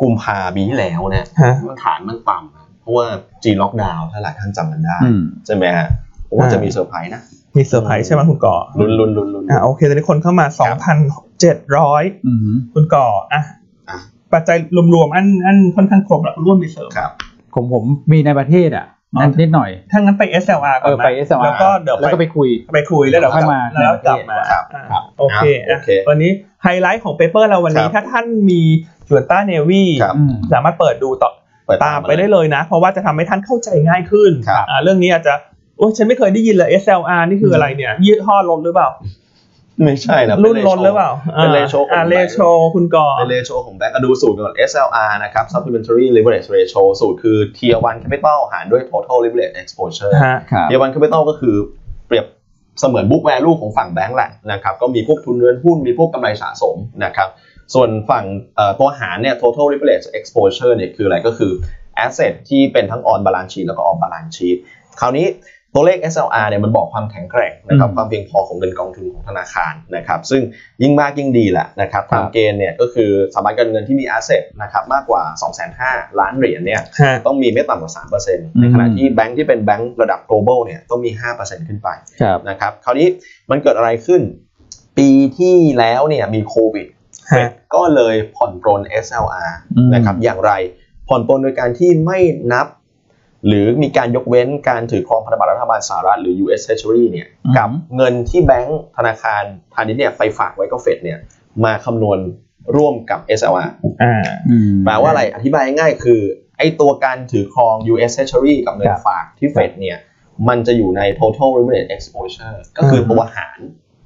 กุมภาปีที่แล้วเนี่ย ฮะ มันฐานมันต่ำนะเพราะว่าจีนล็อกดาวน์ถ้าหลายท่านจำกันได้ อืม ใช่ไหมฮะผมว่า อ่า จะมีเซอร์ไพรส์นะ มีเซอร์ไพรส์ใช่ไหมคุณก่อ ลุ้นลุ้นลุ้นลุ้น อ่าโอเค ตอนนี้คนเข้ามา 2,700 อืม คุณก่ออ่ะ อ่ะ ปัจจัยรวมๆ อันอันค่อนข้างครบแล้วร่วมมีเสริม ครับ ผมผมมีในประเทศอ่ะ อ๋อ นั่นนิดหน่อย ถ้างั้นไป SLR ก่ เอ อน อ นะ ไป s อ r แล้วก็เดี๋ยว แล้วก็ ไป ไปคุย ไปคุยแล้วเดี๋ยวกลับ ค่อยมา แล้วกลับมา ครับ อ่ะ ครับ โอเคอ่ะ โอเค วันนี้ไฮไลท์ของเปเปอร์เราวันนี้ ครับ ถ้าท่านมีหยวนต้าเนวี ครับ อืม สามารถเปิดดูต่อ เปิด ตาม ม ไปได้เลยนะ เพราะว่าจะทำให้ท่านเข้าใจง่ายขึ้น ครับ อ่าเรื่องนี้อาจจะโอ้ฉันไม่เคยได้ยินเลย SLR นี่คืออะไรเนี่ย ยืดห่อรถหรือเปล่า ไม่ใช่นะ รุ่น ป็ ลดหรือเปล่า เป็นเลโช อ่า ของ เลโชคุณก่อ เป็นเลโชของแบงก์อ่ะดูสูตรก่อน SLR นะครับ supplementary leverage ratio สูตรคือ tier 1 capital หารด้วย total leverage exposure ฮะ ครับ tier 1 capital ก็คือเปรียบเสมือน book value ของฝั่งแบงก์แหละนะครับ ก็มีพวกทุนเรือนหุ้น มีพวกกำไรสะสมนะครับ ส่วนฝั่งเอ่อตัวหารเนี่ย total leverage exposure เนี่ยคืออะไรก็คือ asset ที่เป็นทั้ง on balance sheet แล้วก็ off balance sheet คราวนี้ตัวเลข SLR เนี่ยมันบอกความแข็งแกร่งนะครับ อืม ความเพียงพอของเงินกองทุนของธนาคารนะครับซึ่งยิ่งมากยิ่งดีแหละนะครับตาม ครับ เกณฑ์เนี่ยก็คือสถาบันการเงินที่มี asset นะครับมากกว่า 2,500 ล้านเหรียญเนี่ย ฮะ ต้องมีไม่ต่ำกว่า 3%ในขณะที่แบงก์ที่เป็นแบงก์ระดับ global เนี่ยต้องมี 5%ขึ้นไป ครับ นะครับคราวนี้มันเกิดอะไรขึ้น ปีที่แล้วเนี่ยมีโควิด ฮะ ก็เลยผ่อนปรน SLR อืม นะครับอย่างไรผ่อนปรนโดยการที่ไม่นับ หรือมีการยกเว้นการถือครองพันธบัตรรัฐบาลสหรัฐหรือ US Treasury เนี่ยกับเงินที่แบงก์ธนาคารพาณิชย์เนี่ยไปฝากไว้ก็เฟดเนี่ยมาคำนวณร่วมกับ SLR อ่า อืม แปลว่าอะไร อธิบายง่ายๆคือ ไอ้ตัวการถือครอง US Treasury กับเงิ คน รับ ฝากที่เฟดเนี่ย มันจะอยู่ใน total remunerated exposure ก็คือตัวหาร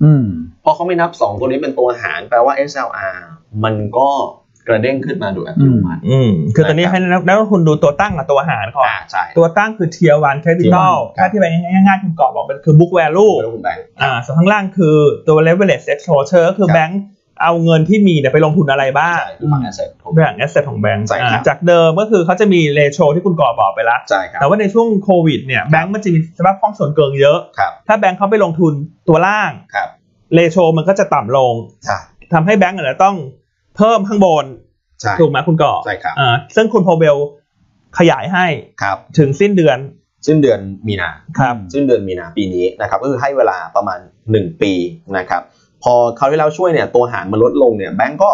อืม พอเขาไม่นับ 2 ตัวนี้เป็นตัวหาร แปลว่า SLR มันก็กระเด้งขึ้นมาโดยอัตโนมัติ อืม คือตอนนี้ให้นักนักลงทุนดูตัวตั้งกับตัวหารก่อน อ่าใช่ ตัวตั้งคือ tier one capital ครับ ถ้าที่ไปง่ายๆคุณก่อบอกมันคือ book ตู้ value คุณแบงค์ อ่าส่วนข้างล่างคือตัว leverage exposure ก็คือ ครับ แบงก์เอาเงินที่มีเนี่ยไปลงทุนอะไรบ้าง ใช่คือฝั่ง asset ถูก แบ่ง asset ของแบงก์ ใช่ครับ อ่าจากเดิมก็คือเขาจะมี ratio ที่คุณก่อบอกไปละ ใช่ครับ แต่ว่าในช่วงโควิดเนี่ยแบงก์มันจะมีสภาพคล่องส่วนเกินเยอะ ครับ ถ้าแบงก์เขาไปลงทุนตัวล่าง ครับ เรโชมันก็จะต่ำลง ใช่ ทำให้แบงก์อาจจะต้องเพิ่มข้างบน ใช่ ถูกไหมคุณก่อ ใช่ครับ อ่าซึ่งคุณพอเวลขยายให้ ครับ ถึงสิ้นเดือน สิ้นเดือนมีนา ครับ สิ้นเดือนมีนาปีนี้นะครับก็คือให้เวลาประมาณ 1 ปีนะครับพอคราวที่แล้วช่วยเนี่ยตัวหารมันลดลงเนี่ยแบงก์ก็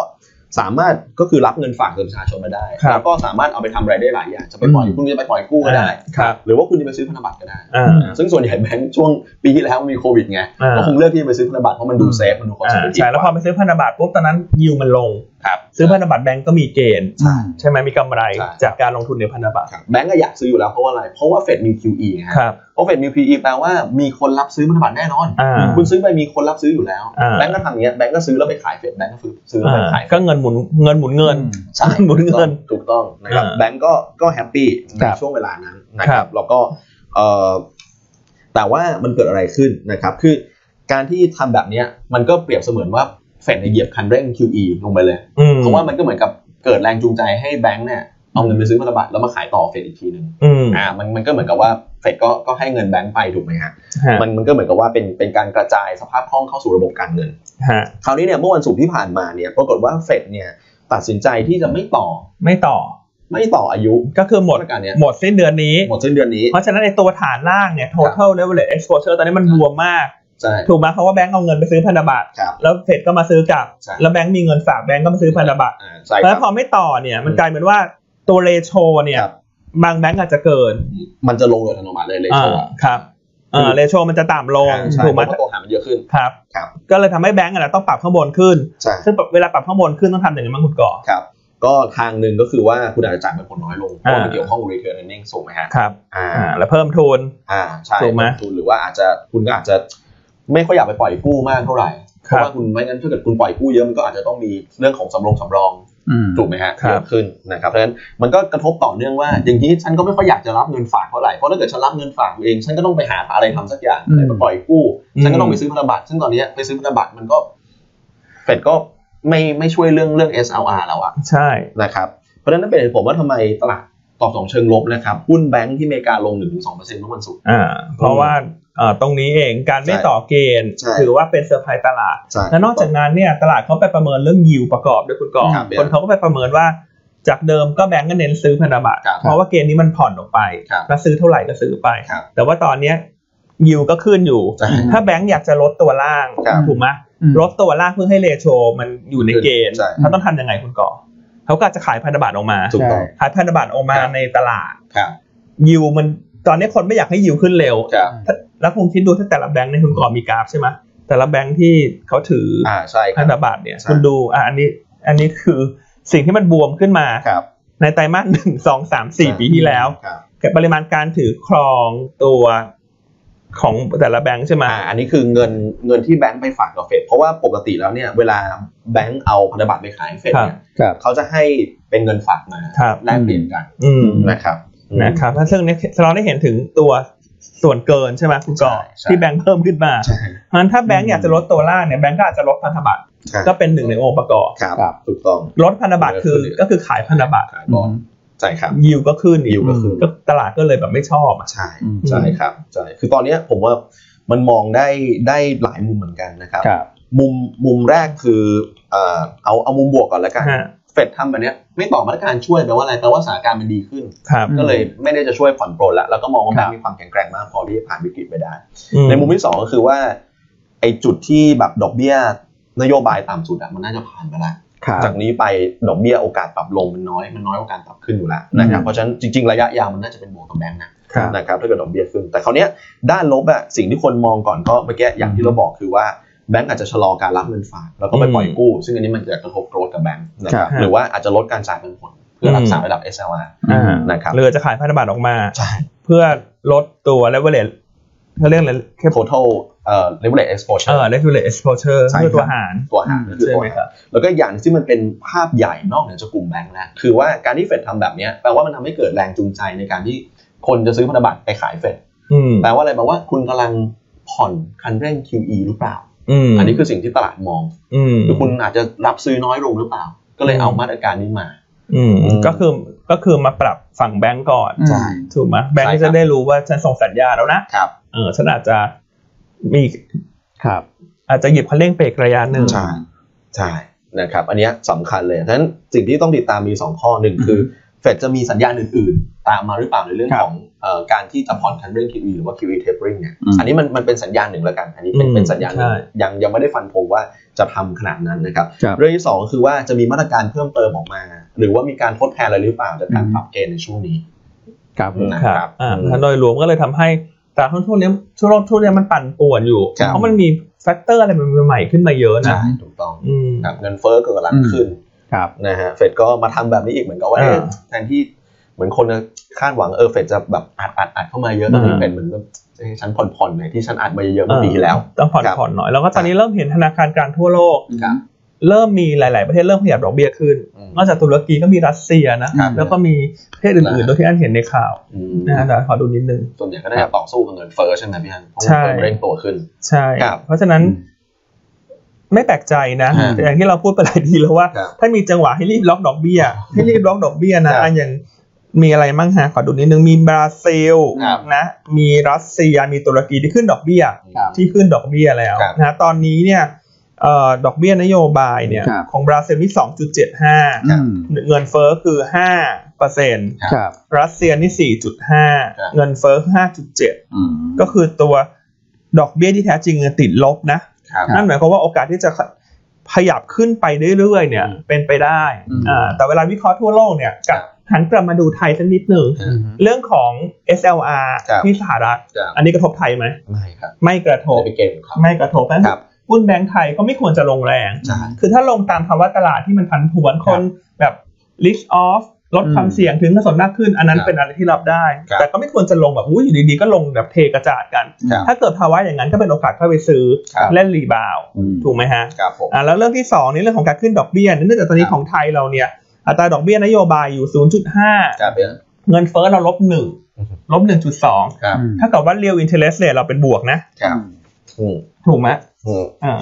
สามารถก็คือรับเงินฝากจากประชาชนมาได้ ครับ แล้วก็สามารถเอาไปทำอะไรได้หลายอย่างจะไปปล่อย อืม คุณจะไปปล่อยกู้ก็ได้ ครับ หรือว่าคุณจะไปซื้อพันธบัตรก็ได้ อ่า ซึ่งส่วนใหญ่แบงก์ช่วงปีที่แล้วมันมีโควิดไง อ่า ก็คงเลือกที่จะไปซื้อพันธบัตรเพราะมันดูเซฟมันดูคอน อ่า เซอร์ทีฟ ใช่แล้วพอไปซื้อพันธบัตรปุ๊บตอนนั้นยิวมันลง ครับ ซื้อพันธบัตรแบงก์ก็มีเกณฑ์ ใช่ ใช่ไหมมีกำไร ใช่ จากการลงทุนในพันธบัตร ครับแบงก์ก็อยากซื้ออยู่แล้วเพราะว่าอะไรเพราะว่าเฟดมี QE ไง ครับ เพราะเฟดมี QE แปลว่ามีคนรับซื้อพันธบัตรแน่นอน อ่า คุณซื้อไปมีคนรับซื้ออยู่แล้ว อ่า แบงก์ก็ทำอย่างเงี้ยแบงก์ก็ซื้อแล้วไปขายเฟดแบงก์ก็ซื้อซื้อแล้วไป อ่า ขายเฟด ก็เงินหมุนเงินหมุนเงิน ใช่ หมุนเงิน ถูกต้องนะครับ อ่า แบงก์ก็ก็แฮปปี้ ค ใน รับ ช่วงเวลานั้นนะค ครั รับบ แล้วก็เอ่อแต่ว่ามันเกิดอะไรขึ้นนะครับคือการที่ทำแบบเนี้ยมันก็เปรียบเสมือนว่าเฟดเนี่ยเหยียบคันเร่ง QE ลงไปเลย อืม เพราะว่ามันก็เหมือนกับเกิดแรงจูงใจให้แบงก์เนี่ยเอาเงินไปซื้อพันธบัตรแล้วมาขายต่อเฟดอีกทีหนึ่ง อืม อ่ามันมันก็เหมือนกับว่าเฟดก็ก็ให้เงินแบงก์ไปถูกไหมฮะ ฮะ มันมันก็เหมือนกับว่าเป็นเป็นการกระจายสภาพคล่องเข้าสู่ระบบการเงิน ฮะ คราวนี้เนี่ยเมื่อวันศุกร์ที่ผ่านมาเนี่ยปรากฏว่าเฟดเนี่ยตัดสินใจที่จะไม่ต่อ ไม่ต่อ ไม่ต่ออายุ ก็คือหมด มาตรการเนี้ย หมดสิ้นเดือนนี้ หมดสิ้นเดือนนี้ เพราะฉะนั้นในตัวฐานล่างเนี่ย total leverage exposure ตอนนี้มันบวมมาก ใช่ ถูกไหมเพราะว่าแบงก์เอาเงินไปซื้อพันธบัตร ครับ แล้วเฟดก็มาซื้อกลับ ใช่ แล้วแบงก์มีเงินฝากแบงก์ก็มาซื้อพันธบัตร อ่าใช่ค แล้ว รับ พอไม่ต่อเนี่ยมันกลายเป็นว่าตัวเรโชเนี่ย ครับ บางแบงก์อาจจะเกิน มันจะลงโดยอัตโนมัติเลยเลย อ่า ตัวอ่ะ ครับเออเรโชมันจะต่ำลง อ่าใช่ ถูกไห เพ ม ราะว่าตัวหารมันเยอะขึ้น ครับ ครับ ก็เลยทำให้แบงก์อ่ะต้องปรับข้างบนขึ้น ใช่ ซึ่งเวลาปรับข้างบนขึ้นต้องทำอย่างไรบ้างคุณก่อ ครับ ก็ทางหนึ่งก็คือว่าคุณอาจจะจ่ายเป็นผลน้อยลงเพราะว่ามัน อ่า เกี่ยวข้องกับ return earning สูงไหมฮะ ครับ อ่า อ่าแล้วเพิ่มทุน อ่าใช่ ถูกไหม ลงทุนหรือว่าอาจจะคุณก็อาจจะไม่ค่อยอยากไปปล่อยกู้มากเท่าไหร่เพ ครับ ราะว่าคุณไม่งั้นถ้าเกิดคุณปล่อยกู้เยอะมันก็อาจจะต้องมีเรื่องของสำรองสำรอง ถูกไหมฮะ คเยรับอะขึ้นนะครับเพราะฉะนั้นมันก็กระทบต่อเนื่องว่า อย่างที่ฉันก็ไม่ค่อยอยากจะรับเงินฝากเท่าไหร่เพราะถ้าเกิดฉันรับเงินฝากเอง ฉันก็ต้องไปหาอะไรทำสักอย่าง อืม ไปปล่อยกู้ ฉันก็ต้องไปซื้อพันธบัตรซึ่งตอนเนี้ยไปซื้อพันธบัตรมันก็เฟดก็ไม่ไม่ช่วยเรื่องเรื่อง SLR เราอะ ใช่ นะครับเพราะฉะนั้นนั่นเป็นเหตุผลว่าทำไมตลาดตอบสนองเชิงลบนะครับหุ้นแบงก์ที่อเมริกาลง 1-2%เมื่อวันศุกร์ อ่าเพราะว่าเอ่อตรงนี้เองการไม่ ใช่ ต่อเกณฑ์ ใช่ ถือว่าเป็นเซอร์ไพรส์ตลาด ใช่ และนอกจากนั้นเนี่ยตลาดเขาไปประเมินเรื่องยิวประกอบด้วยคุณกอ ครับ คนเขาก็ไปประเมินว่า จากเดิมก็แบงก์ก็เน้นซื้อพันธบัตร ครับ เพราะว่าเกณฑ์นี้มันผ่อนออกไป ครับ แล้วซื้อเท่าไหร่ก็ซื้อไป ครับ แต่ว่าตอนเนี้ยยิวก็ขึ้นอยู่ ใช่ ถ้าแบงก์อยากจะลดตัวล่าง ครับ ถูกไหมลดตัวล่างเพื่อให้เรโชมันอยู่ในเกณฑ์ ใช่ เขาต้องทำยังไงคุณกอเขาก็อาจจะขายพันธบัตรออกมา ถูกต้อง ขายพันธบัตรออกมาในตลาด ครับ ยิวมันตอนนี้คนไม่อยากให้ยิวขึ้นเร็ว ครับ แล้วคงคิดดูถ้าแต่ละแบงค์ในยคุณก่อมีกราฟใช่ไหมแต่ละแบงค์ที่เขาถืออ อ่าใช่ค พั รั นธ บ บัตรเนี่ย ใช่ คุณดูอ่ะอันนี้อันนี้คือสิ่งที่มันบวมขึ้นมา ครับ ในไตรมาสหนึ่งสองสามสี่ปีที่แล้ว ครับ กับปริมาณการถือครองตัว ของแต่ละแบงค์ใช่ไหม อ่าอันนี้คือเงินเงินที่แบงค์ไปฝากกับเฟดเพราะว่าปกติแล้วเนี่ยเวลาแบงค์เอาพันธบัตรไปขายให้เฟดเนี่ย ครับ เขาจะให้เป็นเงินฝากมา ครับ แลกเปลี่ยนกัน อืม นะครับ นะครับเพราะซึ่งเนี่ยเราได้เห็นถึงตัวส่วนเกินใช่ไหมคุณก่อ ใช่ใช่ ที่แบงค์เพิ่มขึ้นมา ใช่ เพราะฉะนั้นถ้าแบงค์อยากจะลดตัวล่างเนี่ยแบงค์ก็อาจจะลดพันธบัตร ครับ ก็เป็นหนึ่งในองค์ประกอบ ครับ ครับ ถูกต้อง ลดพันธบัตรคือก็คือขายพันธบัตร ขายบอลใช่ครับ ยิวก็ขึ้นอีก yield ก็ขึ้น ก็ตลาดก็เลยแบบไม่ชอบอ่ะ ใช่ อืม ใช่ครับใช่คือตอนเนี้ยผมว่ามันมองได้ได้หลายมุมเหมือนกันนะครับ ครับ มุมมุมแรกคือเอ่อเอาเอามุมบวกก่อนแล้วกัน ฮะ เฟดทำแบบเนี้ยไม่ต่อมาตรการช่วยแปลว่าอะไรแปลว่าสถานการณ์มันดีขึ้น ครับ ก็เลยไม่ได้จะช่วยผ่อนปรนละแล้วก็มองว่า ค แบ รั ง บ ค์มีความแข็งแกร่งมากพอที่จะผ่านวิกฤตไปได้ อื ในมุมที่สองก็คือว่าไอ้จุดที่แบบดอกเบี้ยนโยบายต่ำสุดอะมันน่าจะผ่านไปละ ครับ จากนี้ไปดอกเบี้ยโอกาสปรับลงมันน้อยมันน้อยโอกาสปรับขึ้นอยู่แล้วนะครับ อืม เพราะฉะนั้นจริงๆระยะยาวมันน่าจะเป็นบวกกับแบงค์นะ ครับ นะครับถ้าเกิดดอกเบี้ยขึ้นแต่คราวเนี้ยด้านลบอะสิ่งที่คนมองก่อนก็เมื่อกี้อย่างที่เราบอกคือว่าแบงก์อาจจะชะลอการรับเงินฝากแล้วก็ไปปล่อยกู้ ซึ่งอันนี้มันจะกระทบโกรธกับแบงก์นะครั ครับ บ หรือว่าอาจจะลดการจ่ายเงินผลเพื่อรักษาระดับ SLR อ่า นะครับ เรือจะขายพันธบัตรออกมา ใช่ เพื่อลดตัว leverage เขาเรียกอะไร total เอ่อ leverage เอ exposure อ leverage exposure ใช่ครับ เพื่อตัวหาร ตัวหารคือ ใช่ ตัว ไหม หาร ครับ แล้วก็อย่างที่มันเป็นภาพใหญ่นอกเหนือจากกลุ่มแบงก์นะคือว่าการที่เฟดทำแบบเนี้ยแปลว่ามันทำให้เกิดแรงจูงใจในการที่คนจะซื้อพันธบัตรไปขายเฟด อืม แปลว่าอะไรแปลว่าคุณกำลังผ่อนคันเร่ง QE หรือเปล่า อืม อันนี้คือสิ่งที่ตลาดมอง อืม คือคุณอาจจะรับซื้อน้อยลงหรือเปล่า ก็เลยเอา อืม มาตรการนี้มา อืม อืม ก็คือก็คือมาปรับฝั่งแบงก์ก่อน อืม ใช่ ถูกไหมแบงก์ก็ ใช่ครั จะ บ ได้รู้ว่าฉันส่งสัญญาแล้วนะครับ เออฉันอาจจะมี ครับ อาจจะหยิบคันเร่งเบรกระยะหนึ่ง ใช่ ใช่ นะครับ อันเนี้ยสำคัญเลยฉะนั้นสิ่งที่ต้องติดตามมี 2 ข้อหนึ่งคือเฟดจะมีสัญญาณอื่น ๆ ตามมาหรือเปล่าในเรื่อง ครับ ของเอ่อการที่จะผ่อนคันเรื่อง QE หรือว่า QE tapering เนี่ย อืม อันนี้มันมันเป็นสัญญาณหนึ่งแล้วกัน อันนี้เป็นเป็นสัญญาณหนึ่งยังยังไม่ได้ฟันธงว่าจะทำขนาดนั้นนะครับ ครับ เรื่องที่สองคือว่าจะมีมาตรการเพิ่มเติมออกมา หรือว่ามีการทดแทนอะไรหรือเปล่าจากการ อืม ปรับเกณฑ์ในช่วงนี้ ครับผม นะ ครับ ครับ อ่า อืม ถ้าโดยรวมก็เลยทำให้ตลาดหุ้นทั่วเนี้ยทั่วโลกทั่วเนี้ยมันปั่นป่วนอยู่ ครับ เพราะมันมีแฟกเตอร์อะไรใหม่ๆขึ้นมาเยอะนะ ใช่ถูกต้อง อืม ครับเงินเฟ้อก็กำลัง อืม ขึ้น ครับ นะฮะเฟดก็มาทำแบบนี้อีกเหมือนกับว่า อ่า เอ๊ะแทนที่เหมือนคนจะคาดหวังเออเฟดจะแบบอัดอัดอัดเข้ามาเยอะตอนนี้ อ่า เฟดเหมือนก็เอ๊ะฉันผ่อนผ่อนเลยที่ฉันอัดมาเยอะๆเมื่อปีที่แล้ว ต้องผ่อน ครับ ผ่อนหน่อยแล้วก็ตอนนี้เริ่มเห็นธนาคารกลางทั่วโลก ครับ เริ่มมีหลาย ๆ ประเทศเริ่มขยับดอกเบี้ยขึ้น อืม นอกจากตุรกีก็มีรัสเซียนะ ครับ แล้วก็มีประเทศอื่นๆ นะ ด้วยที่อันเห็นในข่าว อืม นะฮะเดี๋ยวขอดูนิดนึง ส่วนใหญ่ก็น่าจะต่อสู้กับเงินเฟ้อใช่ไหมพี่ฮันเพราะ ใช่ เงินเฟ้อเร่งตัวขึ้น ใช่ ครับ เพราะฉะนั้นไม่แปลกใจนะ อ่า แต่อย่างที่เราพูดไปหลายทีแล้วว่า ครับ ถ้ามีจังหวะให้รีบล็อกดอกเบี้ยให้รีบล็อกดอกเบี้ยนะครับ อันอย่างมีอะไรมั่งฮะขอดูนิดนึงมีบราซิล ครับ นะ มีรัสเซียมีตุรกีที่ขึ้นดอกเบี้ย ครับ ที่ขึ้นดอกเบี้ยแล้ว ครับ นะตอนนี้เนี่ยเอ่อดอกเบี้ยนโยบายเนี่ย ครับ ของบราซิลนี่สองจุดเจ็ดห้า อืม เงินเฟ้อคือห้าเปอร์เซ็นต์ ครับ รัสเซียนี่สี่จุดห้า ครับ เงินเฟ้อห้าจุดเจ็ด อืม ก็คือตัวดอกเบี้ยที่แท้จริงเนี่ยติดลบนะ ครับ ครับ นั่นหมายความว่าโอกาสที่จะขยับขึ้นไปเรื่อยๆเนี่ย อืม เป็นไปได้ อืม อ่าแต่เวลาวิเคราะห์ทั่วโลกเนี่ยกลับ ครับ หันกลับมาดูไทยสักนิดหนึ่ง อืม เรื่องของ SLR ครับ ที่สหรัฐ ครับ อันนี้กระทบไทยไหม ไม่ครับ ไม่กระทบ ไม่เป็นเกมครับ ไม่กระทบนะครับ หุ้นแบงก์ไทยก็ไม่ควรจะลงแรง ใช่ คือถ้าลงตามภาวะตลาดที่มันพันผวนคนแบบ list off ลดความ อืม เสี่ยงถึงเงินสดมากขึ้น อันนั้คนรับ เป็นอะไรที่รับได้ ครับ แต่ก็ไม่ควรจะลงแบบอุ้ยอยู่ดีๆ ก็ลงแบบเทกระจาดกัน ครับ ถ้าเกิดภาวะอย่างนั้นก็เป็นโอกาสเข้าไปซื้อ ครับ เล่นรีบาวด์ อืม ถูกไหมฮะ ครับผม อ่าแล้วเรื่องที่2ในเรื่องของการขึ้นดอกเบี้ยเนื่องจากตอนนี้ ครับ ของไทยเราเนี่ยอัตราดอกเบี้ยนโยบายอยู่ ครับพี่ฮัน 0.5 เงินเฟ้อเราลบหนึ่งลบ1.2 ครับ อืม ถ้าเกิดว่า real interest rate เราเป็นบวกนะครับ อืม ถูกไหม อืม อ่า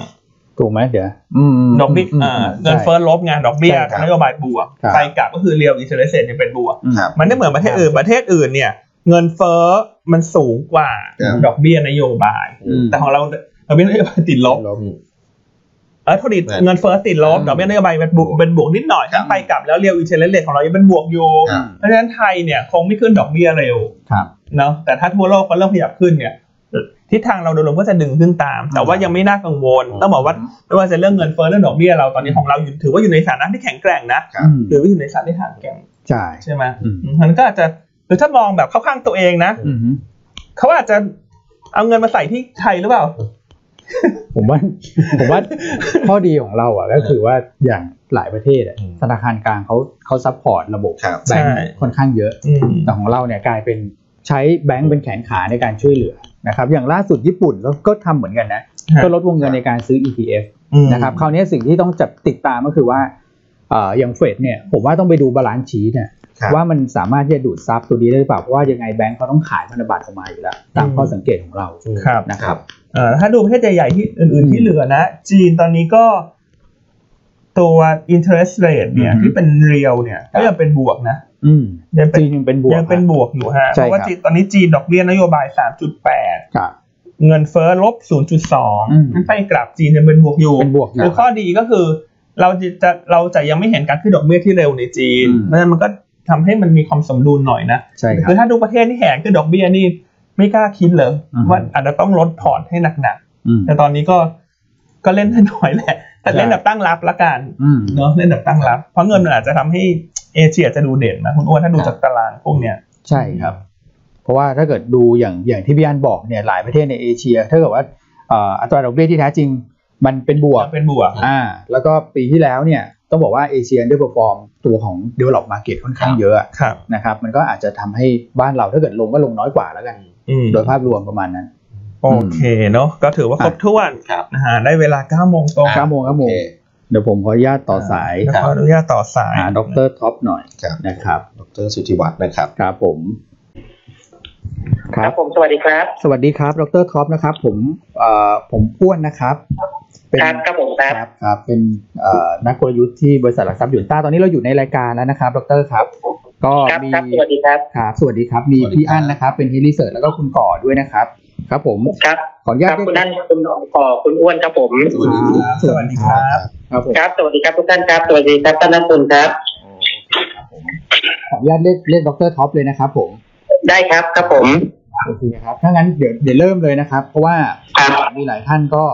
ถูกไหมเดี๋ยวอืมม ดอกเบี้ย ม เอ่อ ม เงิน ใช่ เฟ้อลบไงานดอกเบี้ย ใช่ครับ นโยบายบวก ครับ ไปกลับก็คือเรียวอินเทอร์เนเซนเนี่ยเป็นบวก อืม ครับ มันไม่เหมือนประเทศอื่นประเทศอื่นเนี่ย เงินเฟ้อมันสูงกว่า ครับ ดอกเบี้ยนโยบาย อืม แต่ของเราดอกเบี้ยนโยบายติดลบเออโทษดี ครับ เงินเฟ้อติดลบ อืม ดอกเบี้ยนโยบายเป็นบวกเป็นบวกนิดหน่อย ครับ ไปกลับแล้วเรียวอินเทอร์เนเซนของเรายังเป็นบวกอยู่ ครับ เพราะฉะนั้นไทยเนี่ยคงไม่ขึ้นดอกเบี้ยเร็ว ครับ เนาะแต่ถ้าทั่วโลกมันเริ่มขยับขึ้นเนี่ยทิศทางเราโดยรวมก็จะดึงขึ้นตาม แต่ว่ายังไม่น่ากังวลต้องบอกว่า ไม่ว่าจะเรื่องเงินเฟ้อเรื่องดอกเบี้ยเราตอนนี้ของเราอยู่ถือว่าอยู่ในฐานะที่แข็งแกร่งนะ ครั อื บ ม หรือว่าอยู่ในฐานะที่ห่างแกร่ง ใช่ ใช่ไหม อืม มันก็อาจจะหรือถ้ามองแบบเข้าข้างตัวเองนะ อืม เขาอาจจะเอาเงินมาใส่ที่ไทยหรือเปล่า ผมว่า ผมว่าข้อดีของเราอ่ะก็คือว่าอย่างหลายประเทศอะ อืม ธนาคารกลางเขาเขาซัพพอร์ตระบบ ครับ แบงค์ ใช่ ค่อนข้างเยอะ อืม แต่ของเราเนี่ยกลายเป็นใช้แบงค์เป็นแขนขาในการช่วยเหลือ นะครับอย่างล่าสุดญี่ปุ่นก็ก็ทำเหมือนกันนะ ฮะ ก็ลดวงเงินในการซื้อ ETF อืม นะครับคราวนี้สิ่งที่ต้องจับติดตามก็คือว่าเอ่ออย่างเฟดเนี่ยผมว่าต้องไปดูบาลานซ์ชีตเนี่ย ครับ ว่ามันสามารถที่จะดูดซับตัวนี้ได้หรือเปล่าเพราะว่ายังไงแบงก์เขาต้องขายพันธบัตรออกมาอยู่แล้วตามข้อสังเกตของเรา ครับ นะครับ เอ่อถ้าดูประเทศใหญ่ๆที่อื่น อื ๆ ม ที่เหลือนะ จีนตอนนี้ก็ตัว interest rate เนี่ย อือฮึ ที่เป็นเรียวเนี่ย ครับ ก็ยังเป็นบวกนะ อืม ยังเป็น จีนยังเป็นบวก ยังเป็น ฮะ บวกอยู่ฮะ ใช่ เพราะว่า ครับ จีนตอนนี้จีนดอกเบี้ยนโยบาย ครับ 3.8 เงินเฟ้อลบ อืม 0.2นั่นไปกลับจีนยังเป็นบวกอยู่ เป็นบวกอยู่ คือข้อดีก็คือเราจะจะเราจะยังไม่เห็นการขึ้นดอกเบี้ยที่เร็วในจีน อืม เพราะฉะนั้นมันก็ทำให้มันมีความสมดุลหน่อยนะ ใช่ครับ คือถ้าดูประเทศที่แหกขึ้นดอกเบี้ยนี่ไม่กล้าคิดเลย อือฮึ ว่าอาจจะต้องลดพอร์ตให้หนักๆ อืม แต่ตอนนี้ก็ก็เล่นให้น้อยแหละ แต่เล่น ใช่ แบบตั้งรับละกัน อืม เนาะเล่นแบบตั้งรับ เพราะเงินมันอาจจะทำให้เอเชียจะดูเด่นนะคุณอ้วนถ้าดู ครับ จากตารางพวกเนี้ย ใช่ครับ เพราะว่าถ้าเกิดดูอย่างอย่างที่พี่อันบอกเนี่ยหลายประเทศในเอเชียถ้าเกิดว่าเอ่ออัตราดอกเบี้ยที่แท้จริง มันเป็นบวก เป็นบวก อ่าแล้วก็ปีที่แล้วเนี่ยต้องบอกว่าเอเชียได้เปอร์ฟอร์มตัวของ develop market ค่อนข้างเยอะ ครับ นะครับมันก็อาจจะทำให้บ้านเราถ้าเกิดลงก็ลงน้อยกว่าแล้วกัน อืม โดยภาพรวมประมาณนั้น โอเคเนาะก็ถือว่าครบถ้วน ครับ นะฮะได้เวลา9โมงตรง อ่ะ ครับผมครับผม โอเ เดี๋ยวผมขออนุญาตต่อสาย แล้วขออนุญาตต่อสาย หาดรท็อปหน่อย ครับ นะครับ ดรสุทธิวัฒน์นะครับ ครับผม ครับผมสวัสดีครับ สวัสดีครับดรท็อปนะครับ ผมเอ่อผมอ้วนนะครับเป็น ครับครับผมครับ ครับครับเป็นเอ่อนักกลยุทธ์ที่บริษัทหลักทรัพย์หยุนต้าตอนนี้เราอยู่ในรายการแล้วนะครับดรครับ ก็ ครับ มี ครับสวัสดีครับ ครับสวัสดีครับมี สวัสดี พี่ ครับ อั้นนะครับ เป็นที่รีเสิร์ชแล้วก็คุณก่อด้วยนะครับ ครับผม ครับ ขออนุ ค ญา รั ต บคุณนั่นคุณหนองก่อคุณอ้วนครับผม สวัสดีครับ สวัสดีครับ ครับผม ครับสวัสดีครับทุกท่านครับสวัสดีครับท่านนันตุลครับ ขออนุญาตเรียกเรียกดรท็อปเลยนะครับผม ได้ครับครับผม โอเคครับถ้างั้นเดี๋ยวเดี๋ยวเริ่มเลยนะครับ เพราะว่า ครับ มีหลายท่านก็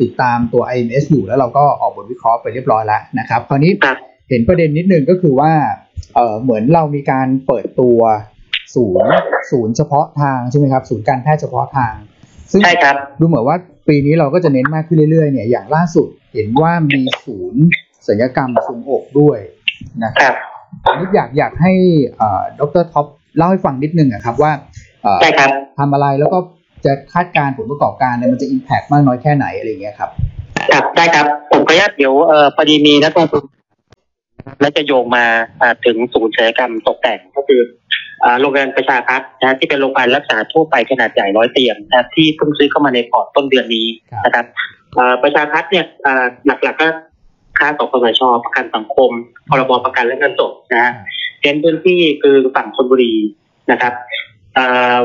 ติดตามตัว IMS อยู่แล้วเราก็ออกบทวิเคราะห์ไปเรียบร้อยแล้วนะครับคราวนี้ ครับ เห็นประเด็นนิดนึงก็คือว่าเออเหมือนเรามีการเปิดตัวศูนย์ศูนย์เฉพาะทางใช่ไหมครับศูนย์การแพทย์เฉพาะทาง ซึ่ง ใช่ครับ ดูเหมือนว่าปีนี้เราก็จะเน้นมากขึ้นเรื่อยๆเนี่ยอย่างล่าสุดเห็นว่ามีศูนย์ศัลยกรรมทรวงอกด้วยนะค ครับ รับ อันนี้อยากอยากให้เอ่อดรท็อปเล่าให้ฟังนิดนึงอะครับว่าเอ่อ ใช่ครับ ทำอะไรแล้วก็จะคาดการณ์ผลประกอบการเนี่ยมันจะอิมแพกมากน้อยแค่ไหนอะไรอย่างเงี้ยครับ ครับได้ครับ ผมขออนุญาตเดี๋ยวเออพอดีมีนักลงทุนและจะโยงมาอ่าถึงศูนย์ศัลยกรรมตกแต่งก็คืออ่าโรงพยาบาลประชาพัฒน์นะฮะที่เป็นโรงพยาบาลรักษาทั่วไปขนาดใหญ่ร้อยเตียงนะครับที่เพิ่งซื้อเข้ามาในพอร์ตต้นเดือนนี้ ครับ นะครับอ่าประชาพัฒน์เนี่ยอ่าหลักๆก็ค่าต่อคสชประกันสังคมพรบประกันและเงินสดนะฮะเน้นพื้นที่คือฝั่งชนบุรีนะครับอ่า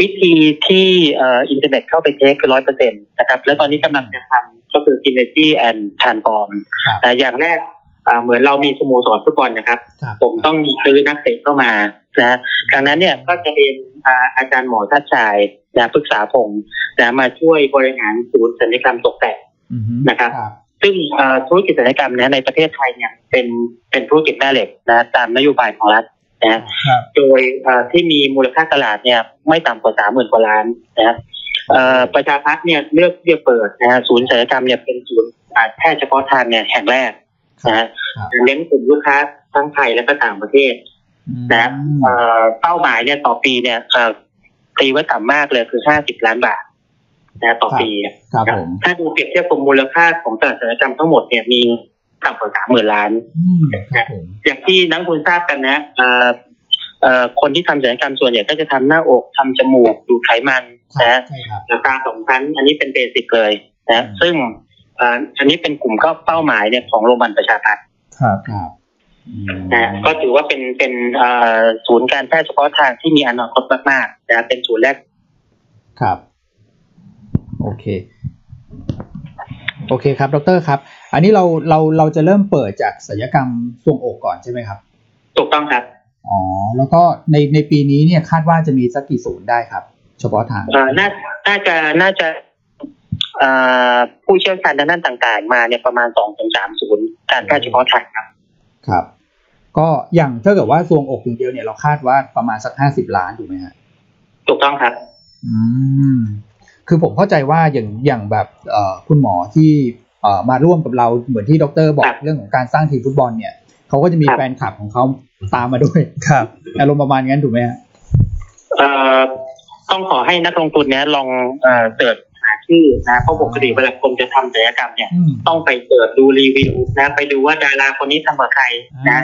วิธีที่เอ่ออินเทอร์เน็ตเข้าไปเทคคือร้อยเปอร์เซ็นต์นะครับ แล้วตอนนี้กำลังจะทำก็คือ Synergy and Transform ครับ แต่อย่างแรกอ่าเหมือนเรามีสโมสรฟุตบอลนะครับ ครับ ผมต้องมีซื้อนักเตะเข้ามานะฮะดังนั้นเนี่ยก็จะเป็นอ่าอาจารย์หมอทัดชายนะปรึกษาผมนะมาช่วยบริหารศูนย์ศัลยกรรมตกแต่ง อือฮึ นะครับ ครับ ซึ่งเอ่อธุรกิจศัลยกรรมเนี่ยในประเทศไทยเนี่ยเป็นเป็นธุรกิจแม่เหล็กนะตามนโยบายของรัฐนะฮะ ครับ โดยเอ่อที่มีมูลค่าตลาดเนี่ยไม่ต่ำกว่าสามหมื่นกว่าล้านนะครับเอ่อประชาพัฒน์เนี่ยเลือกที่จะเปิดนะฮะศูนย์ศัลยกรรมเนี่ยเป็นศูนย์อ่าแพทย์เฉพาะทางเนี่ยแห่งแรกนะฮะ ครับ เน้นกลุ่มลูกค้าทั้งไทยและก็ต่างประเทศ อืม นะ เอ่อเป้าหมายเนี่ยต่อปีเนี่ยเอ่อตีไว้ต่ำมากเลยคือห้าสิบล้านบาทนะฮะต่อ ครับ ปี ครับผม ถ้าดูเปรียบเทียบกับมูลค่าของตลาดอุตสาหกรรมทั้งหมดเนี่ยมีต่ำกว่าสามหมื่นล้าน อืมครับผม อย่างที่นักลงทุนทราบกันนะเอ่อเอ่อคนที่ทำศัลยกรรมส่วนใหญ่ก็จะทำหน้าอกทำจมูกดูดไขมันนะฮะ ใช่ครับ ตาสองชั้นอันนี้เป็นเบสิกเลยนะฮะ อืม ซึ่งเอ่ออันนี้เป็นกลุ่มก็เป้าหมายเนี่ยของโรงพยาบาลประชาพัฒน์ ครับ ครับอืม นะฮะก็ถือว่าเป็นเป็นเอ่อศูนย์การแพทย์เฉพาะทางที่มีอนาคตมากๆนะฮะเป็นศูนย์แรก ครับ โอเค โอเคครับ ดรครับ อันนี้เราเราเราจะเริ่มเปิดจากศัลยกรรมทรวงอกก่อนใช่ไหมครับ ถูกต้องครับ อ๋อ แล้วก็ในในปีนี้เนี่ยคาดว่าจะมีสักกี่ศูนย์ได้ครับ เฉพาะทาง เอ่อน่าน่าจะน่าจะเอ่อผู้เชี่ยวชาญด้านนั้นต่างๆ มาเนี่ยประมาณสองถึงสามศูนย์การแพทย์เฉพาะทางครับ ครับ ก็อย่างถ้าเกิดว่าทรวงอกอย่างเดียวเนี่ยเราคาดว่าประมาณสักห้าสิบล้านถูกไหมฮะ ถูกต้องครับ อืมคือผมเข้าใจว่าอย่างอย่างแบบเอ่อคุณหมอที่เอ่อมาร่วมกับเราเหมือนที่ดรบอ ครั ก บ เรื่องของการสร้างทีมฟุตบอลเนี่ยเขาก็จะมี ครับ แฟนคลับของเขาตามมาด้วย ครับ อารมณ์ประมาณงั้นถูกไหมฮะ เอ่อ ต้องขอให้นักลงทุนเนี้ยลองเอ่อเสิร์ชหาชื่อนะเพราะปกติเวลาคนจะทำศัลยกรรมเนี่ย อืม ต้องไปเสิร์ชดูรีวิวนะ ไปดูว่าดาราคนนี้ทำกับใครนะ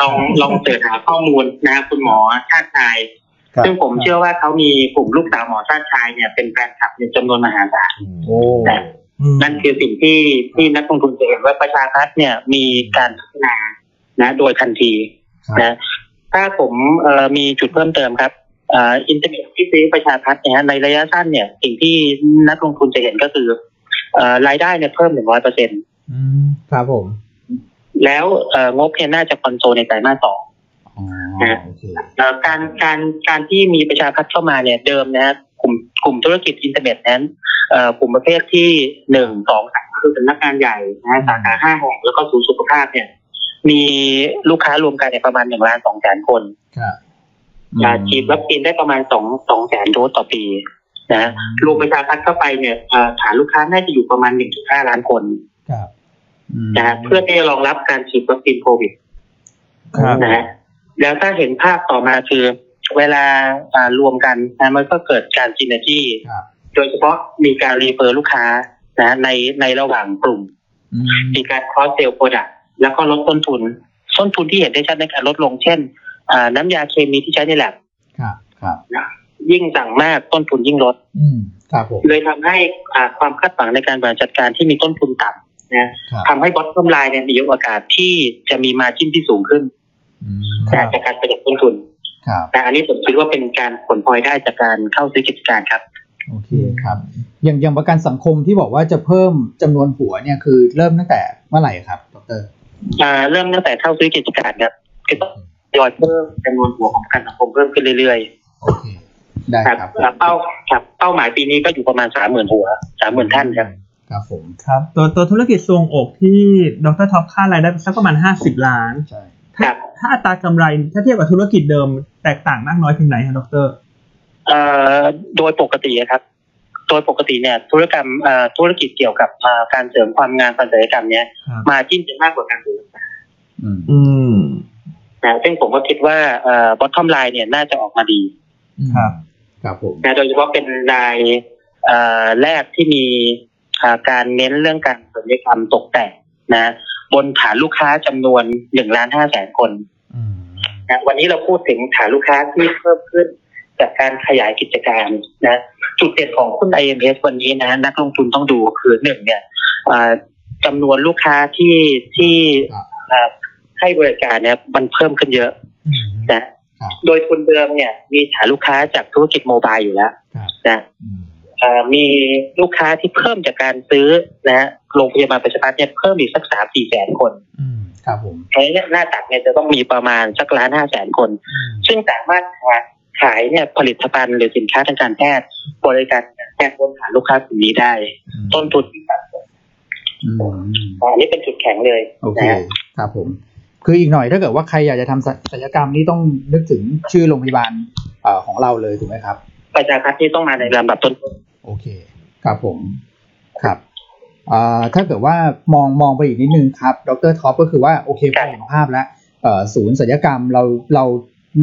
ลองลองเสิร์ชหาข้อมูลนะคุณหมอชาติชาย ครับ ซึ่งผมเชื่อว่าเขามีกลุ่มลูกสาวหมอชาติชายเนี่ยเป็นแฟนคลับในจำนวนมหาศาล โอ้ แต่ นั่นคือสิ่งที่ที่นักลงทุนจะเห็นว่าประชารัฐเนี่ยมีการพัฒนานะ โดยทันทีนะถ้าผมเอ่อมีจุดเพิ่มเติมครับเอ่ออินเทอร์เน็ตที่ซื้อประชาพัฒน์เนี่ยฮะในระยะสั้นเนี่ย สิ่งที่นักลงทุนจะเห็นก็คือเอ่อรายได้เนี่ยเพิ่มหนึ่งร้อยเปอร์เซ็น อืมครับผม แล้วเอ่องบเนี่ยน่าจะคอนโซลในไตรมาสสอง อ๋อ นะ โอเค เอ่อการการการที่มีประชาพัฒน์เข้ามาเนี่ยเดิมนะฮะกลุ่มกลุ่มธุรกิจอินเทอร์เน็ตนั้นเอ่อกลุ่มประเภทที่หนึ่งสองสามคือสำนักงานใหญ่นะฮะสาขาห้าแห่งแล้วก็ศูนย์สุขภาพเนี่ย มีลูกค้ารวมกันเนี่ยประมาณหนึ่งล้านสองแสนคน ครับ อ่าฉีดวัคซีนได้ประมาณสองสองแสนโดสต่อปีนะฮะรวมประชาพัฒน์เข้าไปเนี่ยเอ่อฐานลูกค้าน่าจะอยู่ประมาณหนึ่งจุดห้าล้านคน ครับอืม นะฮะเพื่อที่จะรองรับการฉีดวัคซีนโควิด ครับ นะฮะแล้วถ้าเห็นภาพต่อมาคือ เวลาอ่ารวมกันนะมันก็เกิดการกินเนที่ ครับ โดยเฉพาะมีการรีเฟอร์ลูกค้านะฮะในในระหว่างกลุ่ม อืม มีการ cross sell product แล้วก็ลดต้นทุน ต้นทุนที่เห็นได้ชัดในการลดลง เช่นอ่าน้ำยาเคมีที่ใช้ในแลบ ครับครับ ยิ่งสั่งมากต้นทุนยิ่งลด อืมครับผม เลยทำให้อ่าความคาดหวังในการบริหารจัดการที่มีต้นทุนต่ำนะ ค ทำ รับ ให้บอททอมไลน์เนี่ยมีโอกาสที่จะมีมาจิ้นที่สูงขึ้น อืม นะจากการประหยัดต้นทุน ครับ แต่อันนี้ผมคิดว่าเป็นการผลพลอยได้จากการเข้าซื้อกิจการครับ โอเคครับ อย่างอย่างประกันสังคมที่บอกว่าจะเพิ่มจำนวนหัวเนี่ยคือเริ่มตั้งแต่เมื่อไหร่ครับดร อ่าเริ่มตั้งแต่เข้าซื้อกิจการครับก็ต้องทยอยเพิ่มจำนวนหัวของประกันสังคมเพิ่มขึ้นเรื่อย โอเค ได้ ๆครับ ครับ เป้าครับเป้าหมายปีนี้ก็อยู่ประมาณสามหมื่นหัวสามหมื่นท่านครับ ครับผม ครับตัวตัวธุรกิจทรวงอกที่ดรท็อปค่ารายได้สักประมาณ 50 ล้าน ใช่ถ้าครับ ถ้าอัตรากำไรถ้าเทียบกับธุรกิจเดิมแตกต่างมากน้อยเพียงไหนครับดร เอ่อโดยปกติครับ โดยปกติเนี่ยธุรกรรมเอ่อธุรกิจเกี่ยวกับเอ่อการเสริมความงามการศัลยกรรมเนี่ย ครับ มาจิ้นจะมากกว่าการดู อืม อืม นะซึ่งผมก็คิดว่าเอ่อบอททอมไลน์เนี่ยน่าจะออกมาดี ครับ ครับผม นะโดยเฉพาะเป็นรายเอ่อแรกที่มีอ่าการเน้นเรื่องการศัลยกรรมตกแต่งนะ บนฐานลูกค้าจำนวนหนึ่งล้านห้าแสนคน อืม นะวันนี้เราพูดถึงฐานลูกค้าที่เพิ่มขึ้นจากการขยายกิจการนะจุดเด่นของหุ้น IMS วันนี้นะนักลงทุนต้องดูคือหนึ่งเนี่ยอ่าจำนวนลูกค้าที่ที่อ่าให้บริการเนี่ยมันเพิ่มขึ้นเยอะ อืม นะ รับ โดยทุนเดิมเนี่ยมีฐานลูกค้าจากธุรกิจโมบายอยู่แล้ว ครับ นะ อืม เอ่อมีลูกค้าที่เพิ่มจากการซื้อนะฮะโรงพยาบาลประชารัฐเนี่ยเพิ่มอีกสักสามสี่แสนคน อืมครับผม ไอ้เนี่ยหน้าตักเนี่ยจะต้องมีประมาณสักล้านห้าแสนคน อืม ซึ่งสามารถขายเนี่ยผลิตภัณฑ์หรือสินค้าทางการแพทย์บริการการแพทย์บนฐานลูกค้ากลุ่มนี้ได้ ต้นทุนที่ต่ำกว่า อืม อันนี้เป็นจุดแข็งเลย โอเค นะฮะ ครับผม คืออีกหน่อยถ้าเกิดว่าใครอยากจะทำศัศัลยกรรมนี่ต้องนึกถึงชื่อโรงพยาบาลเอ่อของเราเลยถูกไหมครับ ประชารัฐที่ต้องมาในลำดับต้น โอเค ครับผมครับเอ่อถ้าเกิดว่ามองมองไปอีกนิดนึงครับ ดรท็อปก็คือว่าโอเคพอเห็นภาพแล้วเอ่อศูนย์ศัลยกรรมเราเรา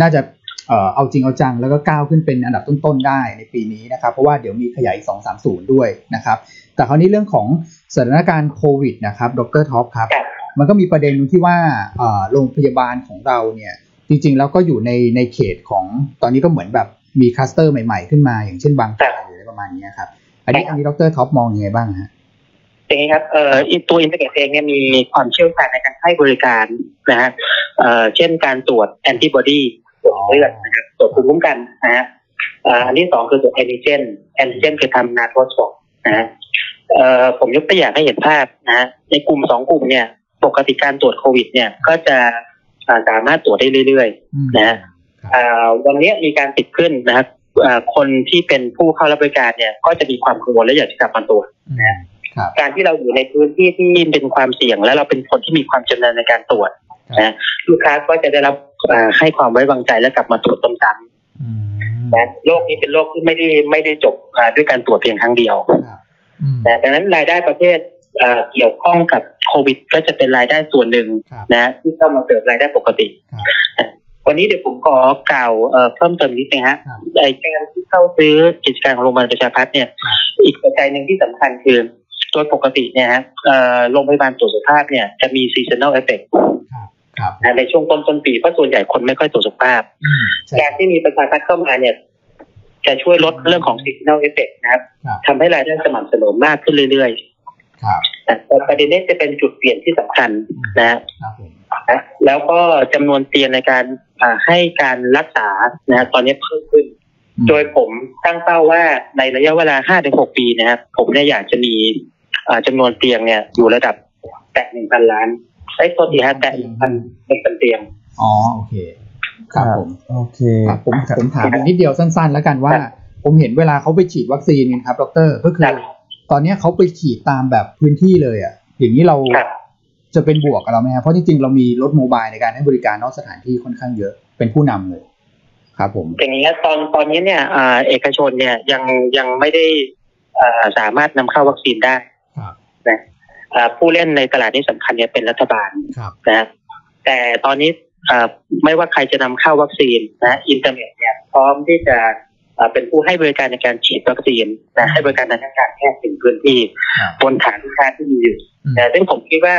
น่าจะเอ่อเอาจริงเอาจัง แล้วก็ก้าวขึ้นเป็นอันดับต้นๆได้ในปีนี้นะครับ เพราะว่าเดี๋ยวมีขยายอีกสองสามศูนย์ด้วยนะครับ แต่คราวนี้เรื่องของสถานการณ์โควิดนะครับ ดรท็อปครับ ครับ มันก็มีประเด็นที่ว่าเอ่อโรงพยาบาลของเราเนี่ยจริงๆแล้วก็อยู่ในในเขตของตอนนี้ก็เหมือนแบบมีคลัสเตอร์ใหม่ๆขึ้นมาอย่างเช่นบาง ครั จา บ หรืออะไรประมาณเนี้ยครับ อันนี้อันนี้ดรท็อปมองยังไงบ้างฮะ อย่างนี้ครับเอ่ออินตัวอินเตอร์เน็ตเองเนี่ยมีความเชี่ยวชาญในการให้บริการนะฮะเอ่อเช่นการตรวจแอนติบอดีตรวจเลือดนะครับตรวจภูมิคุ้มกันนะฮะเอ่ออันที่สองคือตรวจแอนติเจนแอนติเจนคือทำนาโทสอกนะฮะเอ่อผมยกตัวอย่างให้เห็นภาพนะฮะในกลุ่มสองกลุ่มเนี่ยปกติการตรวจโควิดเนี่ยก็จะเอ่อสามารถตรวจได้เรื่อย นะ ๆเอ่อวันนี้มีการติดขึ้นนะครับเอ่อคนที่เป็นผู้เข้ารับบริการเนี่ยก็จะมีความกังวลและอยากจะกลับมาตรวจ การที่เราอยู่ในพื้นที่ที่เป็นความเสี่ยง และเราเป็นคนที่มีความชำนาญในการตรวจ ครับ นะลูกค้าก็จะได้รับเอ่อให้ความไว้วางใจและกลับมาตรวจซ้ำ อืม ๆนะโรคนี้เป็นโรคที่ไม่ได้ไม่ได้จบอ่าด้วยการตรวจเพียงครั้งเดียว ครับ นะดังนั้นรายได้ประเภทเอ่อเกี่ยวข้องกับโควิด ก็จะเป็นรายได้ส่วนหนึ่ง ครับ นะที่เข้ามาเสริมรายได้ปกติ ครับ นะ วันนี้เดี๋ยวผมขอกล่าวเอ่อเพิ่มเติมนิดนึงฮะ ครับ ไอ้การที่เข้าซื้อกิจการของโรงพยาบาลประชาพัฒน์เนี่ย ครับ อีกปัจจัยหนึ่งที่สำคัญคือโดยปกติเนี่ยฮะเอ่อโรงพยาบาลตรวจสุขภาพเนี่ยจะมี seasonal effect ครับ นะในช่วงต้นต้นปีเพราะส่วนใหญ่คนไม่ค่อยตรวจสุขภาพ อืมใช่ การที่มีประชาพัฒน์เข้ามาเนี่ย จะช่วยลดเรื่องของ seasonal effect นะครับ ครับ ทำให้รายได้สม่ำเสมอมากขึ้นเรื่อย ครับ ๆแต่ประเด็นนี้จะเป็นจุดเปลี่ยนที่สำคัญนะฮะ ครับผม นะแล้วก็จำนวนเตียงในการอ่าให้การรักษานะตอนนี้เพิ่มขึ้น อืม โดยผมตั้งเป้าว่าในระยะเวลา 5-6 ปีนะครับผมเนี่ยอยากจะมีอ่าจำนวนเตียงเนี่ยอยู่ระดับแตะ 1,000 ล้านไอ้ยโทษทีฮะแตะ1,000 1,000เตียง อ๋อโอเค ครับผม โอเค ครับผมผมถามนิดเดียวสั้น ๆ แล้วกันว่า ครับ ผมเห็นเวลาเขาไปฉีดวัคซีนกันครับดรก็คือ ครับ ตอนเนี้ยเขาไปฉีดตามแบบพื้นที่เลยอ่ะอย่างนี้เรา ครับ จะเป็นบวกกับเราไหมครับเพราะจริงๆเรามีรถโมบายในการให้บริการนอกสถานที่ค่อนข้างเยอะเป็นผู้นำเลย ครับผม อย่างนี้ยตอนตอนนี้เนี่ยอ่าเอกชนเนี่ยยังยังไม่ได้อ่าสามารถนำเข้าวัคซีนได้ ครับ นะอ่าผู้เล่นในตลาดที่สำคัญเนี่ยเป็นรัฐบาล ครับ นะครับแต่ตอนนี้เอ่อไม่ว่าใครจะนำเข้าวัคซีนนะอินเทอร์เน็ตเนี่ยพร้อมที่จะเอ่อเป็นผู้ให้บริการในการฉีดวัคซีนนะให้บริการทางการแพทย์ถึงพื้นที่ ครับ บนฐานลูกค้าที่มีอยู่ อืม นะซึ่งผมคิดว่า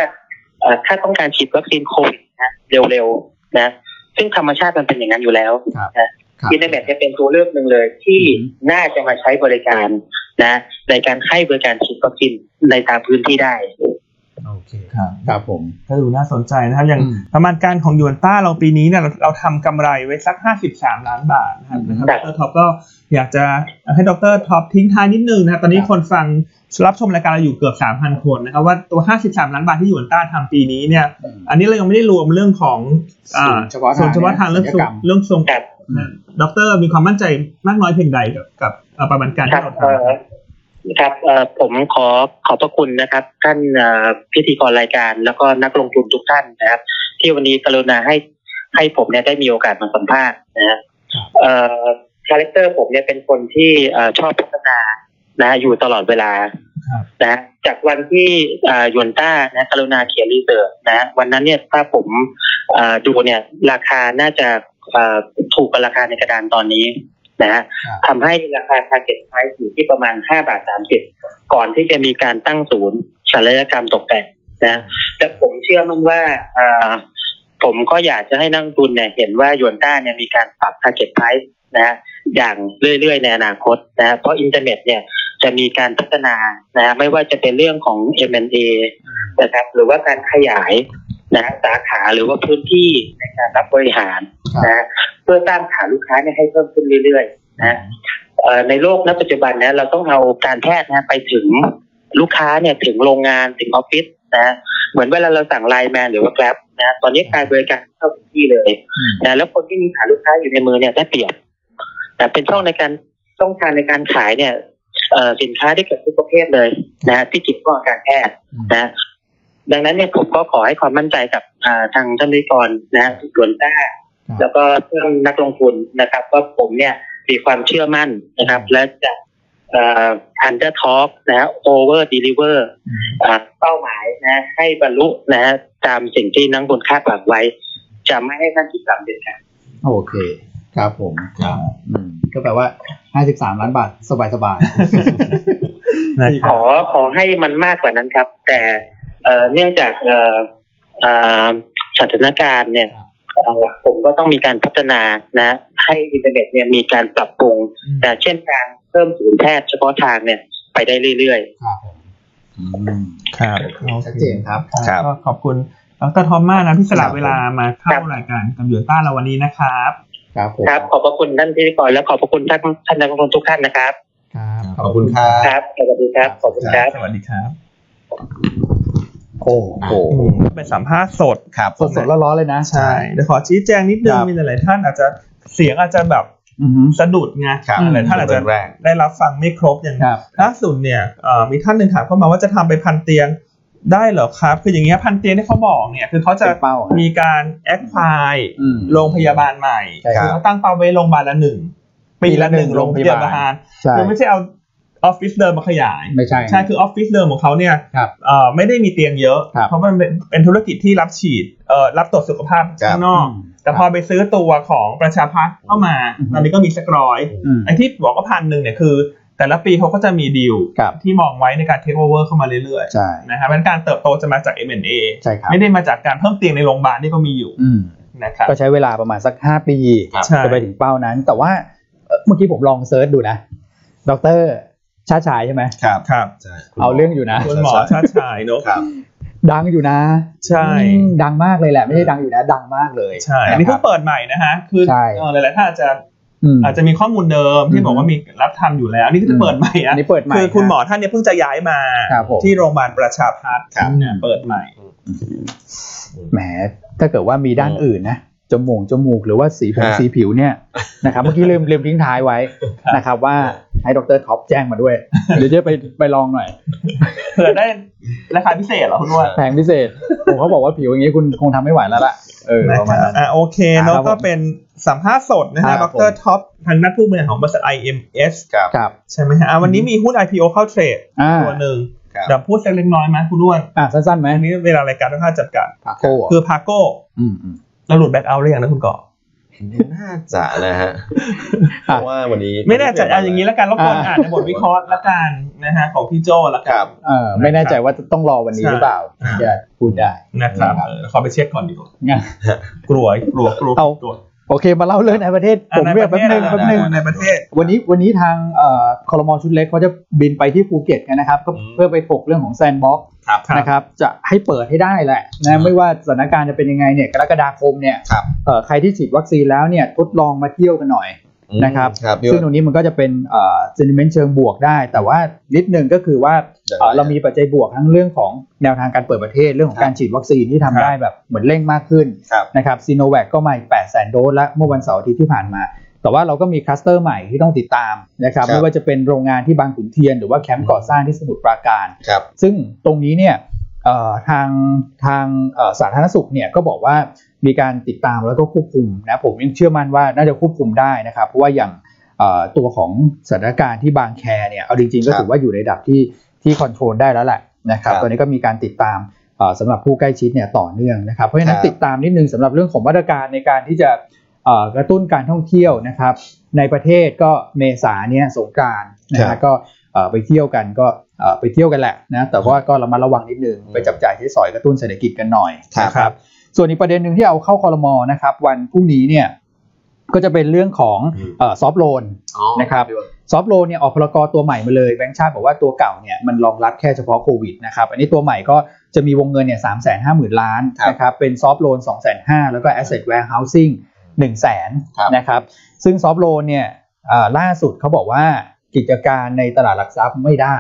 เอ่อถ้าต้องการฉีดวัคซีนโควิดนะเร็วๆนะซึ่งธรรมชาติมันเป็นอย่างนั้นอยู่แล้ว ครับ นะครับ อินเทอร์เน็ตจะเป็นตัวเลือกหนึ่งเลยที่ อืม น่าจะมาใช้บริการนะในการให้บริการฉีดวัคซีนในตามพื้นที่ได้ โอเค ครับ ครับผม ก็ดูน่าสนใจนะครับอย่าง อืม ประมาณการของยูนต้าเราปีนี้เนี่ยเราเราทำกำไรไว้สัก 53 ล้านบาทนะครับ อืม นะครับดรท็อปก็อยากจะให้ดรท็อปทิ้งท้ายนิดนึงนะครับตอนนี้คนฟังรับชมรายการเราอยู่เกือบ 3,000 คนนะครับว่าตัว 53 ล้านบาทที่ยูนต้าทำปีนี้เนี่ย อืม อันนี้เรายังไม่ได้รวมเรื่องของอ่ ส่วนเฉพาะทาง ส่วนเฉพาะทางเรื่องทรง ศัลยกรรม เรื่องทรง ครับ ดรมีความมั่นใจมากน้อยเพียงใดกับกับเอ่อประมาณการ คที่รับเราทำ เอ่อครับเอ่อผมขอขอบพระคุณนะครับ ท่านเอ่อพิธีกรรายการแล้วก็นักลงทุนทุกท่านนะครับ ที่วันนี้กรุณาให้ให้ผมเนี่ยได้มีโอกาสมาสัมภาษณ์นะครับเอ่อคาแรคเตอร์ผมเนี่ยเป็นคนที่เอ่อชอบพัฒนานะอยู่ตลอดเวลานะจากวันที่เอ่อหยวนต้านะกรุณาเขียนรีเสิร์ชนะวันนั้นเนี่ยถ้าผมเอ่อดูเนี่ยราคาน่าจะเอ่อถูกกว่าราคาในกระดานตอนนี้นะฮะ ทำให้ราคา target price อยู่ที่ประมาณ 5 บาท 30 ก่อนที่จะมีการตั้งศูนย์ศัลยกรรมตกแต่งนะแต่ผมเชื่อมั่นว่าเอ่อผมก็อยากจะให้นักลงทุนเนี่ยเห็นว่าหยวนต้าเนี่ยมีการปรับ target price นะฮะอย่างเรื่อยๆ ในอนาคตนะฮะเพราะอินเทอร์เน็ตเนี่ยจะมีการพัฒนานะฮะไม่ว่าจะเป็นเรื่องของ M&A นะครับหรือว่าการขยายนะฮะสาขาหรือว่าพื้นที่ในการรับบริหารนะฮะเพื่อสร้างฐานลูกค้าเนี่ยให้เพิ่มขึ้นเรื่อยๆนะฮะ เอ่อในโลกณปัจจุบันนะเราต้องเอาการแพทย์นะไปถึงลูกค้าเนี่ยถึงโรงงานถึงออฟฟิศนะเหมือนเวลาเราสั่งไลน์แมนหรือว่าแกร็บนะตอนนี้การบริการเข้าถึงที่เลย อืม นะแล้วคนที่มีฐานลูกค้าอยู่ในมือเนี่ยได้เปรียบแต่เป็นช่องในการช่องทางในการขายเนี่ยเอ่อสินค้าได้เกิดทุกประเภทเลยนะที่เกี่ยวข้องกับการแพทย์นะดังนั้นเนี่ยผมก็ขอให้ความมั่นใจกับอ่าทางท่านนิกรนะส่วนต้า แล้วก็เพื่อนนักลงทุนนะครับว่าผมเนี่ยมีความเชื่อมั่นนะครับ และจะเอ่อ under talk นะฮะ over deliver อ่าเป้าหมายนะให้บรรลุนะฮะตามสิ่งที่นักลงทุนคาดหวังไว้ จะไม่ให้ท่านผิดหวังเด็ดขาด โอเค ครับผมครับอืมก็แปลว่า 53 ล้านบาทส บาย นะค ข รับ อขอให้มันมากกว่านั้นครับ แต่เอ่อเนื่องจากเอ่อเอ่อสถานการณ์เนี่ยเอ่อผมก็ต้องมีการพัฒนานะ ให้อินเทอร์เน็ตเนี่ยมีการปรับปรุง อืม แต่เช่นการเพิ่มศูนย์แพทย์เฉพาะทางเนี่ยไปได้เรื่อยๆ ๆครับผมอืม ครับ ชัดเจนครับ ครับ ก็ขอบคุณดรทอมมากนะที่สละเวลามาเข้า ครับ รายการกับยูนต้าเราวันนี้นะครับ ครับผม ครับ ขอบพระคุณท่านพิธีกรและขอบพระคุณท่านท่านนักลงทุนทุกท่านนะครับ ครับ ขอบคุณครั ครับ บ สวัสดีครับ ขอบคุณครับ สวัสดีครับ โอ้ โอ้ โห โห เป็นสัมภาษณ์สด ครับ สดสดๆร้อนๆเลยนะ ใช่ เดี๋ยวขอชี้แจงนิดนึง ครับ มีหลายๆท่านอาจจะเสียงอาจจะแบบ อือหือ สะดุดไง ครับ หลายท่านอาจจะ เรื่องแรก ได้รับฟังไม่ครบอย่าง ครับ ล่าสุดเนี่ยเอ่อมีท่านหนึ่งถามเข้ามาว่าจะทำไปพันเตียงได้เหรอครับ คืออย่างเงี้ยพันเตียงที่เขาบอกเนี่ยคือเขาจะ เป็นเป้าอะ มีการแอดพลาย อืม โรงพยาบาลใหม่ ใช่ครับ เขาตั้งเป้าไว้โรงพยาบาลละหนึ่งปีละหนึ่ง ปีละหนึ่ง โรงพยา โรงพยา บา บา ล ล ใช่ คือไม่ใช่เอา ออฟฟิศเดิมมาขยาย ไม่ใช่ ใช่คือออฟฟิศเดิมของเขาเนี่ย ครับ เอ่อไม่ได้มีเตียงเยอะ ครับ เพราะมันเป็นเป็นธุรกิจที่รับฉีดเอ่อรับตรวจสุขภาพข้างนอก แต่พอไปซื้อตัวของประชาพัฒน์เข้ามา อืม ตอนนี้ก็มีสักร้อย ม ไอ้ที่บอกว่าพันหนึ่งเนี่ยคือ แต่ละปีเขาก็จะมีดีล ครับ ที่มองไว้ในการเทคโอเวอร์เข้ามาเรื่อย ใช่ ๆนะครับเพราะฉะนั้นการเติบโตจะมาจาก M&A ใช่ครับ ไม่ได้มาจากการเพิ่มเตียงในโรงพยาบาลที่ก็มีอยู่ อืม นะครับ ก็ใช้เวลาประมาณสัก 5 ปี ครับ ใช่ จะไปถึงเป้านั้น แต่ว่าเอ่อเมื่อกี้ผมลองเซิร์ชดูนะ ดรชาติชายใช่ไหม ครับ ครับ ใช่ เอาเรื่องอยู่นะ คุณหมอชาติชายเนอะ ครับ ดังอยู่นะ ใช่ อืมดังมากเลยแหละ ไม่ใช่ดังอยู่นะ ดังมากเลย ใช่ อันนี้ ะค เพิ่ รั ง บ เปิดใหม่นะฮะ คือ ใช่ เอ่อหลายๆท่านอาจจะ อืม อาจจะมีข้อมูลเดิมที่ อืม บอกว่ามีรับทำอยู่แล้ว นี่ก็จะเปิดใหม่ อั อ่ะ นนี้เปิดใหม่ คือคุณหมอ นะ ท่านเนี่ยเพิ่งจะย้ายมา ครับผม ที่โรงพยาบาลประชาพัฒน์ ครับ เนี่ยเปิดใหม่ แหม ถ้าเกิดว่ามีด้าน อืม อื่นนะ จมูก จมูก หรือว่าสีผม ฮะ สีผิวเนี่ยนะครับ เมื่อกี้ลืมลืมทิ้งท้ายไว้ ครับ นะครับว่าให้ดรท็อปแจ้งมาด้วย เดี๋ยวจะไปไปลองหน่อย เผื่อได้ราคาพิเศษเหรอคุณว่า แพงพิเศษ ผมเขาบอกว่าผิวอย่างนี้คุณคงทำไม่ไหวแล้วล่ะ เออประมาณนั้น อ่ะโอเคเน ครั อะ บผม ก็เป็นสัมภาษณ์สดนะ ครั ฮะ บ ด ผม รท็อปทางนักผู้บริหารของบริษัท IMS ครับ ครับ ใช่ไหมฮะอ่ะวันนี้มีหุ้น IPO เข้าเทรด อ่า ตัวหนึ่ง ครับ เดี๋ยวพูดสักเล็กน้อยไหมคุณด้วน อ่ะสั้นๆไหม อันนี้เวลารายการค่อนข้างจำกัด พาโก้ คือพาโก้ อืมอืม เราหลุดแบ็คเอาท์หรือยังนะคุณก่อ น่าจะนะฮะเพราะว่าวันนี้ ไม่แน่ใจเอาอย่างนี้แล้วกันรบกวนอ่านในบทวิเคราะห์ละกันนะฮะของพี่โจละ ครักัน บ เออไม่แน่ใจว่าจะต้องรอวันนี้ ใช่ หรือเปล่า อ่า จะพูดได้ นะครับเออขอไปเช็คก่อนดีกว่า งั้น กลัวกลัวกลัว เอา กลัว โอเคมาเล่าเรื่องในประเทศ ผมเรียกแป๊บนึง อ่ะ แป๊บนึง ในประเทศ วันนี้วันนี้ทางเอ่อคอรมอชุดเล็กเขาจะบินไปที่ภูเก็ตกันนะครับก็ อืม เพื่อไปถกเรื่องของแซนด์บ็อก ครับ นะครับจะให้เปิดให้ได้แหละนะไม่ว่าสถานการณ์จะเป็นยังไงเนี่ยกรกฎาคมเนี่ย ครับ เอ่อใครที่ฉีดวัคซีนแล้วเนี่ยทดลองมาเที่ยวกันหน่อย นะครับ ครับพี่ ซึ่งตรงนี้มันก็จะเป็นเซนิเมนต์เชิงบวกได้ แต่ว่านิดหนึ่งก็คือว่า เอ่อเรามีปัจจัยบวกทั้งเรื่องของแนวทางการเปิดประเทศเรื่องของการฉีดวัคซีนที่ทำได้แบบเหมือนเร่งมากขึ้น ครับ นะครับซีโนแวคก็มาอีก8 0 0 0 0 โดสละเมื่อวันเสาร์อาทิตย์ที่ผ่านมา แต่ว่าเราก็มีคลัสเตอร์ใหม่ที่ต้องติดตามนะครับไม่ว่าจะเป็นโรงงานที่บางขุนเทียน หรือว่าแคมป์ก่อสร้างที่สมุทรปราการ ครับ ซึ่งตรงนี้เนี่ยเอ่อทางทางเอ่อสาธารณสุขเนี่ยก็บอกว่ามีการติดตามแล้วก็ควบคุมนะผมยังเชื่อมั่นว่าน่าจะควบคุมได้นะครับ เพราะว่าอย่างเอ่อตัวของสถานการณ์ที่บางแคเนี่ยเอาจริงๆคก็รับ ถือว่าอยู่ในระดับที่ที่คอนโทรลได้แล้วแหละนะครับ ครับ ตอนนี้ก็มีการติดตามเอ่อสำหรับผู้ใกล้ชิดเนี่ยต่อเนื่องนะครับเพราะฉะคนั้น รับ ติดตามนิดนึงสำหรับเรื่องของมาตรการในการที่จะเอ่อกระตุ้นการท่องเที่ยวนะครับ ในประเทศก็เมษาเนี่ยสงกรารนะ ครั ฮะ บ ก็เอ่อไปเที่ยวกันก็เอ่อไปเที่ยวกันแหละนะแต่ว่าก็ระมัดระวังนิดนึง อืม ไปจับจ่ายใช้สอยกระตุ้นเศรษฐกิจกันหน่อย ครับ นะครับ ส่วนอีกประเด็นหนึ่งที่เอาเข้าคอรมอนะครับวันพรุ่งนี้เนี่ยก็จะเป็นเรื่องของ อืม ซอฟโลน นะครับ ซอฟโลนเนี่ยออกพรกรตัวใหม่มาเลยแบงค์ชาติบอกว่าตัวเก่าเนี่ยมันรองรับแค่เฉพาะโควิดนะครับอันนี้ตัวใหม่ก็จะมีวงเงินเนี่ยสามแสนห้าหมื่นล้านนะครับเป็นซอฟโลนสองแสนห้าแล้วก็ Asset Warehousing หนึ่งแสน ครับ นะครับซึ่งซอฟโลนเนี่ยเอ่อล่าสุดเขาบอกว่ากิจการในตลาดหลักทรัพย์ไม่ได้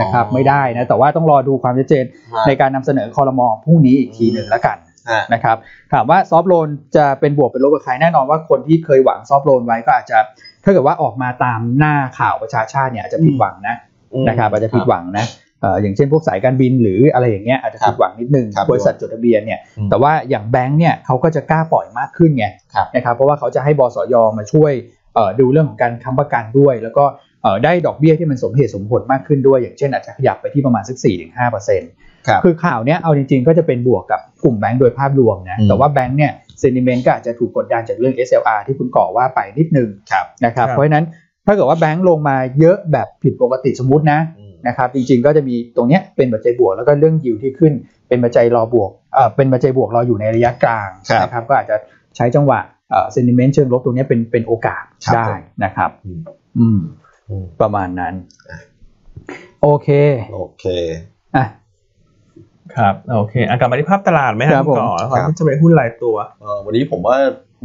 นะครับ อ๋อ ไม่ได้นะแต่ว่าต้องรอดูความชัดเจนในการนำเสนอคอรมอพรุ่งนี้อีกทีหนึ่งแล้วกัน ฮะ นะครับถามว่าซอฟโลนจะเป็นบวกเป็นลบกับใครแน่นอนว่าคนที่เคยหวังซอฟโลนไว้ก็อาจจะถ้าเกิดว่าออกมาตามหน้าข่าวประชาชาติเนี่ยอาจจะผิดหวังนะนะครับอาจจะผิดหวังนะเอ่ออย่างเช่นพวกสายการบินหรืออะไรอย่างเงี้ยอาจจะผิดหวังนิดนึง ครับ บริษัทจดทะเบียนเนี่ย อืม แต่ว่าอย่างแบงก์เนี่ยเขาก็จะกล้าปล่อยมากขึ้นไง ครับ นะครับเพราะว่าเขาจะให้บสยมาช่วยเอ่อดูเรื่องของการค้ำประกันด้วย แล้วก็เอ่อได้ดอกเบี้ยที่มันสมเหตุสมผลมากขึ้นด้วย อย่างเช่นอาจจะขยับไปที่ประมาณสัก4-5% ครับ คือข่าวเนี้ยเอาจริงๆ ก็จะเป็นบวกกับกลุ่มแบงก์โดยภาพรวมนะ อืม แต่ว่าแบงก์เนี่ยเซนิเมนต์ก็อาจจะถูกกดดันจากเรื่อง SLR ที่คุณก่อว่าไปนิดนึง ครับ นะครับ ครับ เพราะฉะนั้นถ้าเกิดว่าแบงก์ลงมาเยอะแบบผิดปกติสมมตินะ อืม นะครับ จริงๆ ก็จะมีตรงเนี้ยเป็นปัจจัยบวกแล้วก็เรื่องยิวที่ขึ้นเป็นปัจจัยรอบวกเอ่อเป็นปัจจัยบวกรออยู่ในระยะกลาง ครับ นะครับ ก็อาจจะใช้จังหวะเซนิเมนต์เชิงลบตรงเนี้ยเป็นเป็นโอกาส ครับ ได้ ผม นะครับ อืม อืม อืม ประมาณนั้น โอเค โอเค อ่ะ ครับโอเคอ่ะกลับมาที่ภาพตลาดไหมฮะ ครับ คุณก่อ ผม ก่อนที่จะไปหุ้นรายตัว เอ่อวันนี้ผมว่า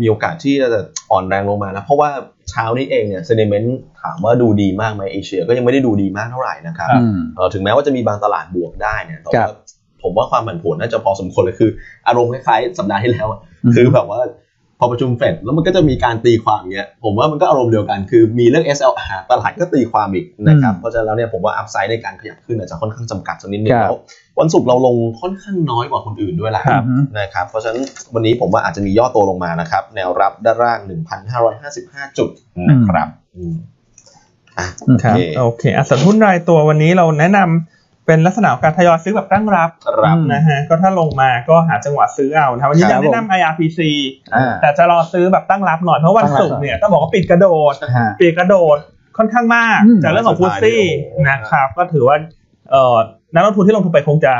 มีโอกาสที่จะอ่อนแรงลงมานะ เพราะว่าเช้านี้เองเนี่ยเซนิเมนต์ถามว่าดูดีมากไหมเอเชีย ก็ยังไม่ได้ดูดีมากเท่าไหร่นะครับ อืม เอ่อถึงแม้ว่าจะมีบางตลาดบวกได้เนี่ยแต่ ครั ว่า บ ผมว่าความผันผวนน่าจะพอสมควรเลยคือ อารมณ์คล้ายๆสัปดาห์ที่แล้วอะคือแบบว่าพอประชุมเฟดแล้วมันก็จะมีการตีความเงี้ยผมว่ามันก็อารมณ์เดียวกัน คือมีเรื่อง SLR ตลาดก็ตีความอีกนะครับ อืม เพราะฉะนั้นแล้วเนี่ยผมว่าอัพไซด์ในการขยับขึ้นอาจจะค่อนข้างจำกัดสักนิดนึง ครับ แล้ววันศุกร์เราลงค่อนข้างน้อยกว่าคนอื่นด้วยล่ะ ครับ อืม นะครับ เพราะฉะนั้นวันนี้ผมว่าอาจจะมีย่อตัวลงมานะครับ แนวรับด้านล่าง 1,555 จุดนะครับ อ่ะ ครั โอบ เค โอเคอ่ะส่วนหุ้นรายตัววันนี้เราแนะนำเป็นลักษณะของการทยอยซื้อแบบตั้งรับ ครับ อืม นะฮะก็ถ้าลงมาก็หาจังหวะซื้อเอานะครับวันนี้ ครั จะ บผแนะม นำ IRPC อ่า แต่จะรอซื้อแบบตั้งรับหน่อยเพราะวัน ตั้งรับ ศุกร์เนี่ยต้องบอกว่าปิดกระโดด ฮะ ปีกกระโดดค่อนข้างมาก อืม จากเรื่องของ สุ ฟู ดท้าย ซี่ โอ้โห นะครับ ก็ถือว่าเอ่อนักลงทุนที่ลงทุนไปคงจะ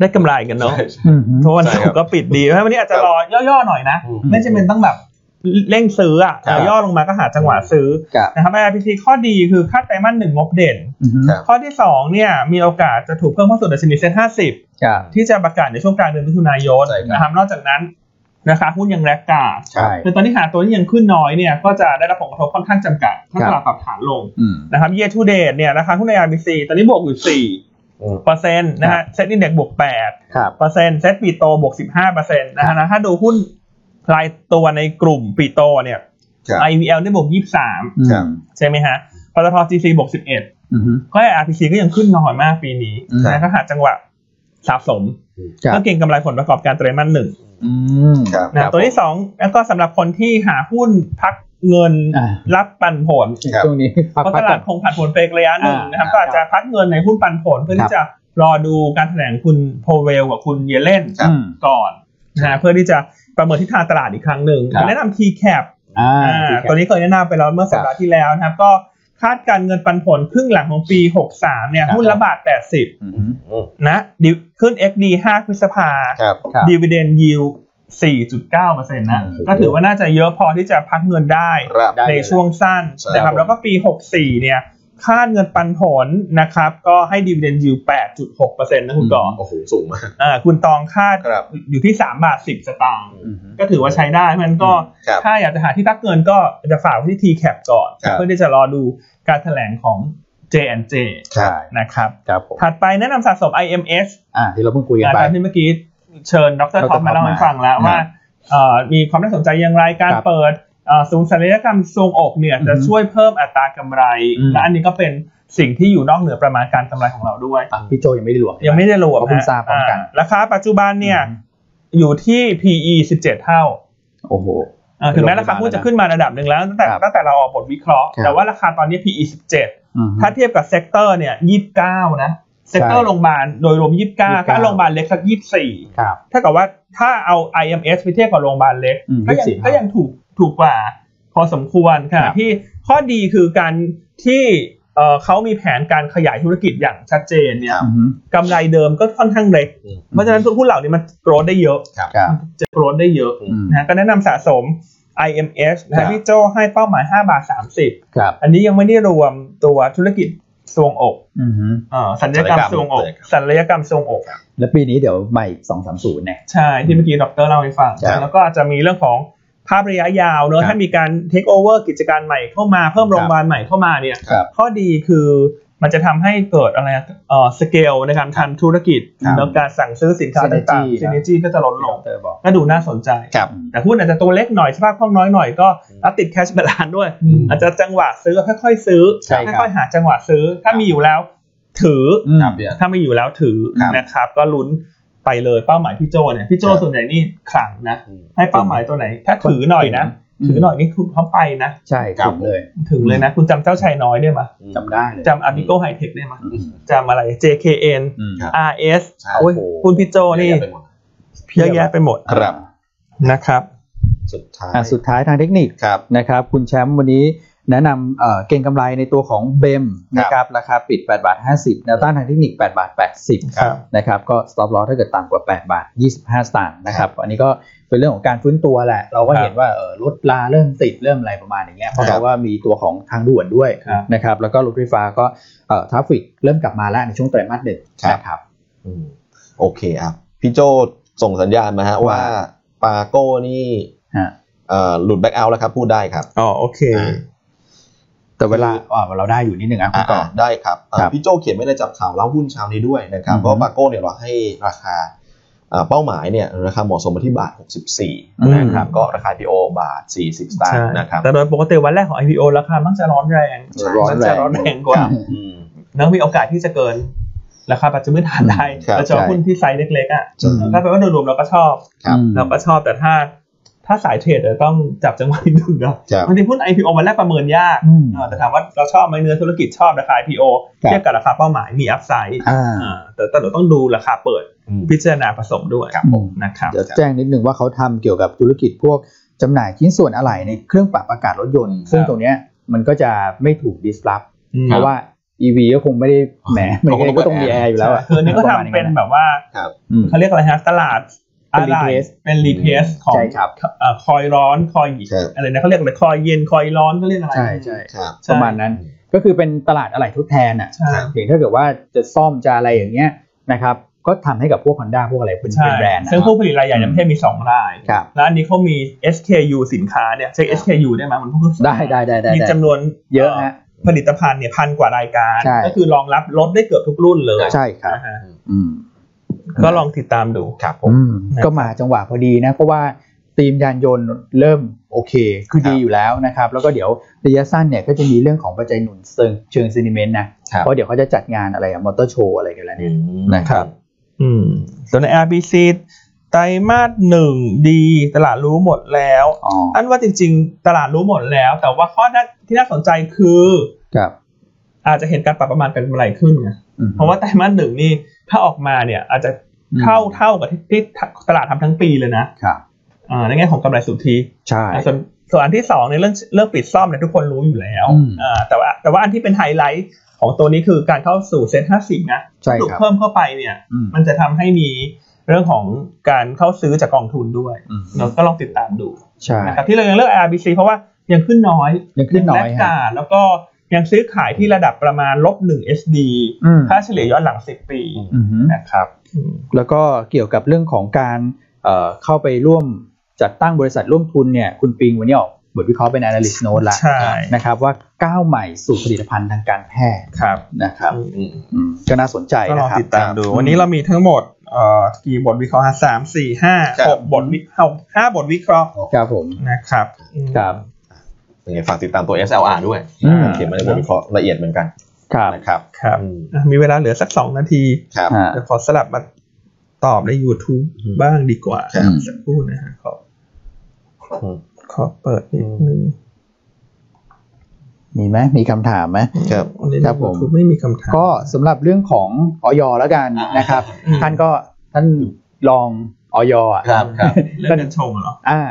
ได้กำไรกันเนาะ ใช่ อืม เพราะวันศุ ใช่ครั ก บ ร์ก็ปิดดีเพราะฉะนั้นวันนี้อาจจะรอย่อๆหน่อยนะ อืม ไม่จำเป็นต้องแบบเร่งซื้ออะ ครับ ย่อลงมาก็หาจังหวะซื้อ ครับ นะครับ IRPC ข้อดีคือค่าไตรมาสหนึ่งงบเด่น อืม ครับ ข้อที่ 2 เนี่ย มีโอกาสจะถูกเพิ่มเข้าสู่ดัชนีเซ็น50 ครับ ที่จะประกาศในช่วงกลางเดือนมิถุนายน ใช่ครับ นะครับนอกจากนั้นราคาหุ้นยังแรกกาด ใช่ คือตอนนี้หาตัวที่ยังขึ้นน้อยเนี่ยก็จะได้รับผลกระทบค่อนข้างจำกัดถ้าตลาดปรับฐานลง อืม นะครับ year to date เนี่ยราคาหุ้นใน RBC ตอนนี้บวกอยู่ อืม 4เปอร์เซ็นต์นะฮะเซ็ตอินเด็กบวก8 ครับ เปอร์เซ็นต์เซ็ตปีโตบวก15เปอร์เซ็นต์นะฮะแล้วถ้าดูหุ้นรายตัวในกลุ่มปีโตเนี่ย ครับ IVL ได้บวก อืม ครับ 23 ใช่ไหมฮะปตท GC บวก 11 อืม ก็ RPC ก็ยังขึ้นน้อยมากปีนี้ ครับ นะก็หาจังหวะสะสม ครั ก็ บ เก่งกำไรผลประกอบการไตรมาสหนึ่ง อืม ครับ นะตัวที่สองแล้วก็สำหรับคนที่หาหุ้นพักเงิน อ่า รับปันผล ครับ ช่วงนี้พัก เพราะ พั ต กก่อลาด น คงผันผวนไปอีกระยะหนึ่ง อ่าน นะครับ ครับ ก็อาจจะพักเงินในหุ้นปันผลเพื่อ ครับ ที่จะรอดูการแถลงคุณโพเวลกับคุณเยเลน ครับ อืม ก่อนนะฮะเพื่อที่จะประเมินทิศทางตลาดอีกครั้งหนึ่ง ครับ แนะนำ T cap อ่า อ่า ที่แขก ตัวนี้เคยแนะนำไปแล้วเมื่อสัปดาห์ที่แล้วนะครับก็คาดการเงินปันผลครึ่งหลังของปี 63เนี่ย ครับ หุ้นละบาท อืม อืม 80นะดิวขึ้น XD 5พฤษภา ครับ ครับ ดีเวเดนยิว4.9%นะ อืม ก็ถือว่าน่าจะเยอะพอที่จะพักเงินได้ ครับ ได้ ในช่วงสั้น ใช่ นะครัครับบ แล้วก็ปี 64 เนี่ย คาดเงินปันผลนะครับ ก็ให้ดีเวเดนยิว8.6%นะคุณก่อ โอ้โห สูงมาก อ่าคุณตองคาด ครับ อยู่ที่ 3 บาท 10 สตางค์ อืม ก็ถือว่าใช้ได้มันก็ ครับ ถ้าอยากจะหาที่พักเงินก็จะฝากไว้ที่ TCAP ก่อน ครับ เพื่อที่จะรอดูการแถลงของ J&J ใช่ นะครับ ครับผม ถัดไปแนะนำสะสม IMS อ่าที่เราเพิ่งคุยกัน อา ไป จารย์ที่เมื่อกี้เชิญดร ดร ท็อปมาเล่าให้ ท็อปมา ฟังแล้วว่าเอ่อมีความน่าสนใจอย่างไรการ ครับ เปิดเอ่อศูนย์ศัลยกรรมทรวงอกเนี่ย อือฮึ จะช่วยเพิ่มอัตรากำไร อืม และอันนี้ก็เป็นสิ่งที่อยู่นอกเหนือประมาณการกำไรของเราด้วย อ่ะพี่โจยังไม่ได้รวม ยังไม่ได้รวม เพราะเพิ่ง นะ ทราบพร้อมกัน าราคาปัจจุบันเนี่ย อืม อยู่ที่ PE 17 เท่า โอ้โห เอ่อถึงแม้ราคาหุ้นจะขึ้นมาระดับหนึ่งแล้วตั้งแต่ ครับ ตั้งแต่เราออกบทวิเคราะห์ ครับ แต่ว่าราคาตอนนี้ PE 17 อืม ถ้าเทียบกับเซกเตอร์เนี่ย29 นะ เซกเตอร์ ใช่ โรงพยาบาลโดยรวม 29ถ้า 29 โรงพยาบาลเล็กสัก 24 ครับ ถ้ากับว่าถ้าเอา IMS ไปเทียบกับโรงพยาบาลเล็ก อืม ก็ยัง 24 ก็ยังถูกถูกกว่า พอสมควรค่ะ ครับ ที่ข้อดีคือการที่เอ่อเขามีแผนการขยายธุรกิจอย่างชัดเจนเนี่ย ครับ อืม กำไรเดิมก็ค่อนข้างเล็ก อืม เพราะฉะนั้นหุ้นเหล่านี้มันโกรธได้เยอะ ครับ จะโกรธได้เยอะ อืม นะก็แนะนำสะสม IMS นะ ครั ฮะ บ พี่โจให้เป้าหมาย 5 บาท 30 ครับ อันนี้ยังไม่ได้รวมตัวธุรกิจทรวงอก อืม เอ่อศัลยกรรมทรวงอกศัลยกรรมทรวงอก แล้วปีนี้เดี๋ยวใหม่สองสามศูนย์เนี่ย ใช่ ที่เมื่อกี้ดรเล่าให้ฟัง ครับ แล้วก็อาจจะมีเรื่องของภาพระยะยาวคเนรั อะ บ ถ้ามีการเทคโอเวอร์กิจการใหม่เข้ามาเพิ่ม ครับ โรงพยาบาลใหม่เข้ามาเนี่ย ครับ ข้อดีคือมันจะทำให้เกิดอะไรอะเอ่อสเกลในการทำธุรกิจ ครับ แล้วการสั่งซื้อสินค้าต่างๆซินเนจีก็จะลดล ด ง รบอก ก็ดูน่าสนใจ ครับ แต่หุ้นอาจจะตัวเล็กหน่อยสภาพคล่องน้อยหน่อยก็แล้วติดแคชบาลานด้วย อืม อาจจะจังหวะซื้อค่อยๆซื้อ ใช่ครับ ค่อยๆหาจังหวะซื้อ ถ้ามีอยู่แล้วถืออ อืม ครับเนี่ย ถ้าไม่อยู่แล้วถือ ครับ นะครับ ก็ลุ้นไปเลยเป้าหมายพี่โจเนี่ยพี่โจ ครับ ส่วนใหญ่นี่ขลังนะให้เป้าหมายตัวไหน ถ้าถือหน่อยนะ อืม ถือหน่อยนี่คุณเขาไปนะ ใช่ ครั ถึ บ งเลย ถึงเลยนะ คุณจำเจ้าชายน้อยได้ไหมย จำได้เลย จำอาบิโกไฮเทคได้ไหมย อืม จำอะไร JKN อืม ครับ RS ใช่ โอ้ยคุณพี่โจนี่ เยอะแยะไปหมด เยอะแยะไปหมด ครับ นะครับ สุดท้าย อ่ะสุดท้ายทางเทคนิค ครับ นะครับ คุณแชมป์วันนี้แนะนำเอ่อเก่งกำไรในตัวของเบมนะครับราคาปิด8บาท50แนวต้านทางเทคนิค8บาท80 ครับ นะครับก็ stop loss ถ้าเกิดต่ำกว่า8บาท25สตางค์นะครับอันนี้ก็เป็นเรื่องของการฟื้นตัวแหละ เราก็เห็นว่าเอ่อรถลาเริ่มติดเริ่มอะไรประมาณอย่างเงี้ยเพราะ ครับ เราว่ามีตัวของทางด่วนด้วย ครับ นะครับแล้วก็รถไฟฟ้าก็ทราฟฟิกเริ่มกลับมาแล้วในช่วงไตรมาสหนึ่งนะครับ อืมโอเคอ่ะพี่โจส่งสัญญาณมาฮะว่าปาโก้นี่ ฮะ เอ่อหลุดแบ็กเอาท์แล้วครับ พูดได้ครับ อ๋อโอเค อ่า แต่เวลาอ่าเราได้อยู่นิดหนึ่งอ่ะคุณต่อ อ่าได้ครับอ่า ครับ พี่โจเขียนไม่ได้จับข่าวเล่าหุ้นเช้านี้ด้วยนะครับ อืม เพราะว่าปาโก้เนี่ยเราให้ราคาอ่าเป้าหมายเนี่ยราคาเหมาะสมมาที่บาท 64นะครับ อืม ก็ราคา IPO บาท 40 สตางค์นะครับ แต่โดยปกติวันแรกของ IPO ราคามักจะร้อนแรง ใช่ร้อนแรง มัจะร้อนแรงกว่า อืม แล้วมีโอกาสที่จะเกิน ราคาปัจจุบันฐานได้ ครับ แล้วจะเอา ใช่ หุ้นที่ไซส์เล็กๆอ่ะ จะ อืม ถ้าแปลว่าโดยรวมเราก็ชอบ ครับ อืม เราก็ชอบแต่ถ้า ถ้าสายเทรดจะต้องจับจังหวะนิดนึงนะครับ บางทีหุ้น IPO มันแรกประเมินยาก อืม เออแต่ถามว่าเราชอบไหมเนื้อธุรกิจชอบราคา IPO ครับ เทียบกับราคาเป้าหมายมีอัพไซด์ อ่า แต่แต่เราต้องดูราคาเปิด อืม พิจารณาผสมด้วย ครับ อืม นะครับ เดี๋ยวแจ้งนิดนึงว่าเขาทำเกี่ยวกับธุรกิจพวกจำหน่ายชิ้นส่วนอะไหล่ในเครื่องปรับอากาศรถยนต์ ซึ่ง ครับ ตรงเนี้ยมันก็จะไม่ถูก disrupt อืม เพราะว่า EV ก็คง ไม่ได้แหม มัน เขาก็ ก็ต้องมี เปิด แอ แอร์ ร์อยู่แล้วอะ คืออันนี้ก็ทำเป็นแบบว่า อืม เขาเรียกอะไรฮะตลาด เป็ อะ น ไร replace เป็นรีเพสของ ใช่ครับ เอ่อคอยร้อนคอยหยิบ ครับ อะไรนะเขาเรียกอะไรคอยเย็นคอยร้อนก็เรียกอะไร ใช่ใช่ ครับ ใช่ ประมาณนั้น ก็คือเป็นตลาดอะไหล่ทดแทนอ่ะ ใช่ อย่างถ้าเกิดว่าจะซ่อมจะอะไรอย่างเงี้ยนะครับก็ทำให้กับพวก Honda พวกอะไรเป็น ใช่ เป็นแบรนด์นะ ซึ่งผู้ผลิตรายใหญ่ในประเทศมีสองราย ครับ แล้วอันนี้เขามี SKU สินค้าเนี่ยใช้ ครับ SKU ได้ไหมมันพวก ได้ได้ได้ได้ มี ได้ จำนวน เยอะฮะ ผลิตภัณฑ์เนี่ยพันกว่ารายการ ใช่ ก็คือรองรับรถได้เกือบทุกรุ่นเลย ใช่ครับ นะฮะ อืม ก็ลองติดตามดู ครับผม อืม นะครับ ก็มาจังหวะพอดีนะ เพราะว่าธีมยานยนต์เริ่มโอเค คือ ครับ ดีอยู่แล้วนะครับ แล้วก็เดี๋ยวระยะสั้นเนี่ยก็จะมีเรื่องของปัจจัยหนุนเชิงเชิงซีนิเมนต์นะ ครับ เพราะเดี๋ยวเขาจะจัดงานอะไรอะมอเตอร์โชว์อะไรกันแล้วเนี่ย นะครับ อืมส่วนใน RBC ไตรมาสหนึ่งดีตลาดรู้หมดแล้ว อ๋อ อันว่าจริงๆ ตลาดรู้หมดแล้ว แต่ว่าข้อน่าที่น่าสนใจคือ ครับ อาจจะเห็นการปรับประมาณกันกำไรขึ้นไง อืม เพราะว่าไตรมาสหนึ่งนี่ถ้าออกมาเนี่ย อาจจะเท่า อืม เท่ากับที่ที่ตลาดทำทั้งปีเลยนะครับ อ่าในแง่ของกำไรสุทธิ ใช่ อ่าส่วนส่วนอันที่สองในยเรื่องเรื่องปิดซ่อมเนี่ยทุกคนรู้อยู่แล้ว อืม อ่าแต่ว่าแต่ว่าอันที่เป็นไฮไลท์ของตัวนี้คือการเข้าสู่เซ็นห้าสิบนะ ใช่ ถูก ครับ เพิ่มเข้าไปเนี่ย อืม มันจะทำให้มีเรื่องของการเข้าซื้อจากกองทุนด้วย อืม เราก็ลองติดตามดู ใช่ นะครับที่เรายังเลือก RBC เพราะว่ายังขึ้นน้อย ยังขึ้นน้อย แลก ฮะ ตาแล้วก็ยังซื้อขายที่ระดับประมาณลบ1 SD อืม ค่าเฉลี่ยย้อนหลัง 10 ปี อือฮึ นะครับอืม แล้วก็เกี่ยวกับเรื่องของการเอ่อเข้าไปร่วมจัดตั้งบริษัทร่วมทุนเนี่ยคุณปิงวันนี้ออกบทวิเคราะห์เป็น analyst note ละ ใช่ นะครับว่าก้าวใหม่สู่ผลิตภัณฑ์ทางการแพทย์ ครับ นะครับ อืม อืมก็น่าสนใจ ก็ล นะ อง ครับ ติดตามดู คบ วันนี้เรามีทั้งหมดเอ่อกี่บทวิเคราะห์ฮะสามสี่ห้า ครับ หกบทวิหกห้าบทวิเคราะห์ ครับผม นะครับอืม ครับ ยังไงฝากติดตามตัว SLR ด้วย อืม เขียนมาในบทวิเคราะห์ละเอียดเหมือนกัน ครับ นะครับ ครับ อืม อ่ะมีเวลาเหลือสักสองนาที ครับ อ่า เดี๋ยวขอสลับมาตอบใน YouTube บ้างดีกว่า ครับ สักครู่นะฮะขอ อืม ขอเปิดนิดนึง มีไหมมีคำถามไหม ครับ อันนี้ ครับผม ไม่มีคำถาม ก็สำหรับเรื่องของออยแล้วกันนะครับ อืม ท่านก็ท่านรองออยอ่ะ ครับครับ เรื่องการชงเหรอ อ่า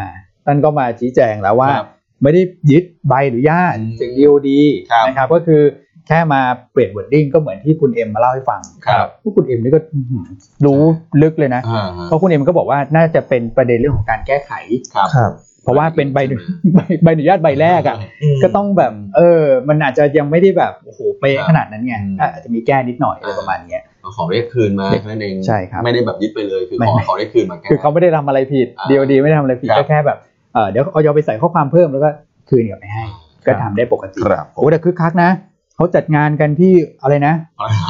ท่านก็มาชี้แจงแล้วว่า ครับ ไม่ได้ยึดใบอนุญาต อืม จาก DOD ครับ นะครับก็คือแค่มาเปลี่ยนวอร์ดดิ้งก็เหมือนที่คุณเอ็มมาเล่าให้ฟัง ครับ พวกคุณเอ็มนี่ก็อื้อหือรู้ลึกเลยนะ อ่า เพราะคุณเอ็มก็บอกว่าน่าจะเป็นประเด็นเรื่องของการแก้ไข ครับ ครับ เพราะว่าเป็นใบใบใบอนุญ าตใบแรกอ่ะ ก็ต้องแบบ เออ มันอาจจะยังไม่ได้แบบ โอ้โห เป๊ะขนาดนั้นไง อืม อ่ะอาจจะมีแก้นิดหน่อยอะไรประมาณเนี้ย เราขอเรียกคืนมาแค่นั้นเอง ใช่ครับ ไม่ได้แบบยึดไปเลยคือ ไม่ ขอ ไม่ ขอเรียกคืนมาแก้ คือเขาไม่ได้ทำอะไรผิด อ่า ดีดีไม่ได้ทำอะไรผิด ครับ ก็แค่แบบ เออเดี๋ยวเอายอไปใส่ข้อความเพิ่มแล้วก็คืนกลับไปให้ ก็ทำได้ปกติ ครับผ โอ้ ม แต่คึกคักนะ เขาจัดงานกันที่อะไรนะ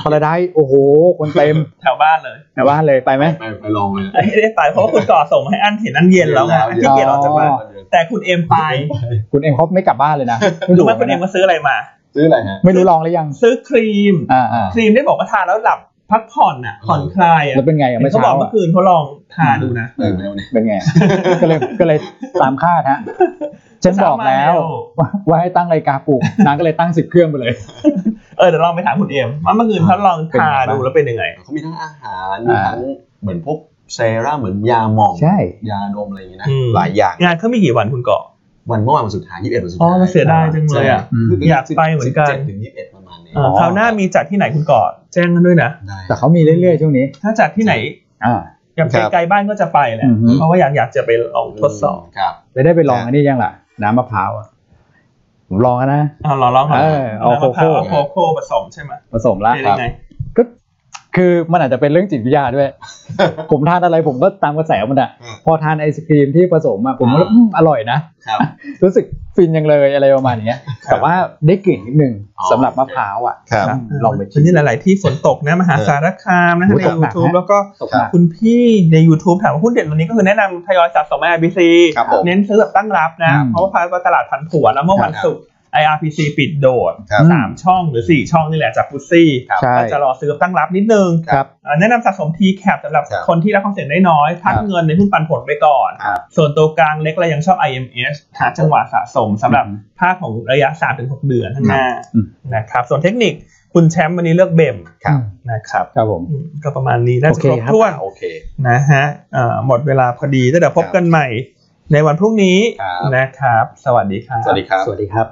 พาราไดโอ้โห คนเต็ม แถวบ้านเลย แต่ว่าเลยไปไหม ไปไปลองเลย ไม่ได้ไปเพราะว่าคุณก่อส่งมาให้อันเห็นอันเย็นแล้วไงอันที่เย็นออกจากบ้าน อ๋อ แต่คุณเอ็มไป คุณเอ็มเขาไม่กลับบ้านเลยนะไม่ รู้ รู้ ไหมคุณเอ็มมาซื้ออะไรมา ซื้ออะไรฮะ ไม่รู้ลองหรือยัง ซื้อครีม อ่าอ่า ครีมได้บอกว่าทานแล้วหลับพักผ่อนอ่ะ ผ่อนคลายอ่ะ แล้วเป็นไงอ่ะเมื่อ เขาบอ เช้าก เมื่ อ่ะ อคืนเขาลองทานดูนะ เออไม่เอาเนี่ย เป็นไงอ่ะก็เลยก็เลยตามคาดฮะ ฉันบอกแล้ว ว่า ว่าให้ตั้งรายการปลุก นางก็เลยตั้งสิบเครื่องไปเลย เออเดี๋ยวลองไปถามคุณเอ็มว่าเมื่อคืนเขาลองทานดูแล้วเป็นยังไง เขามีทั้งอาหารมีทั้งเหมือนพวกเซรั่มเหมือนยาหมอง ใช่ ยาดมอะไรอย่างเงี้ยนะ อืม หลายอย่าง งานเขามีกี่วันคุณก่อ วันเมื่อวานวันสุดท้ายยี่สิบเอ็ดวันสุด อ๋ ท้าย อเสียดายจังเลยอะ ใช่ อืม คื ยากไปเหมือนกัน สิบจ็ดถึงยี่สิบเอ็ดประมาณนี้ เออคราวหน้ามีจัดที่ไหนคุณก่อแจ้งกันด้วยนะ ได้ แต่เขามีเรื่อยๆ ช่วงนี้ ถ้าจัดที่ไหน อ่า อย่าง ครับ ไกลๆบ้านก็จะไปแหละ อือฮึ เพราะว่าอยากอยากจะไปลองทดสอบ ครับ แล้วได้ไปลองอันนี้ยังล่ะ น้ำมะพร้าวอ่ะผมลองแล้วนะ เอาลองลองก่น เออเอา น้ำมะพร้าว โคโค่ เอาโคโค่ผสมใช่ไหม ผสมละ เป็นยังไง ก็คือมันอาจจะเป็นเรื่องจิตวิทยาด้วย ผมทานอะไรผมก็ตามกระแสมันอ่ะ อืม พอทานไอศครีมที่ผสมอ่ะผมก็ อ่า อืมอร่อยนะ ครับ รู้สึกฟินยังเลยอะไรประมาณเนี้ย แต่ว่าได้กลิ่นนิดนึง อ๋อ สำหรับมะพร้าวอ่ะ ครับ ลองไป วันนี้หลาย ๆ ที่ฝนตกนะมหาสารคามนะ โอ้ ฮะ ยตในกหนัก YouTube นะ แล้วก็ ตกหนัก คุณพี่ใน YouTube ถามว่าหุ้นเด่นวันนี้ก็คือแนะนำทยอยสะสมไอบีซี ครับผม เน้นซื้อแบบตั้งรับนะ อืม เพราะว่าตลาดผันผวนแล้วเมื่อวันศุกร์ IRPC ปิดโดด ครับ สามช่องหรือสี่ช่องนี่แหละจากฟุตซี่ ครับ ใช่ ก็จะรอซื้อตั้งรับนิดนึง ครับ เอ่อแนะนำสะสม TCAP สำหรับ ครับ คนที่รับความเสี่ยงได้น้อยพัก ครับ เงินในหุ้นปันผลไปก่อน ครับ ส่วนตัวกลางเล็กเรายังชอบ IMS หาจังหวะสะสมสำหรับ อืม ภาคของระยะ 3-6 เดือนข้างหน้า อืม นะครับส่วนเทคนิคคุณแชมป์วันนี้เลือกเบม ครับ นะครับ ครับผม อืมก็ประมาณนี้น่าจะ โอเค ครบ ครับ ถ้วน โอเค นะฮะเอ่อหมดเวลาพอดีแล้วเดี๋ยวพบกันใหม่ ในวันพรุ่งนี้ ครับ นะครับ สวัสดีครับ สวัสดีครับ สวัสดีครับ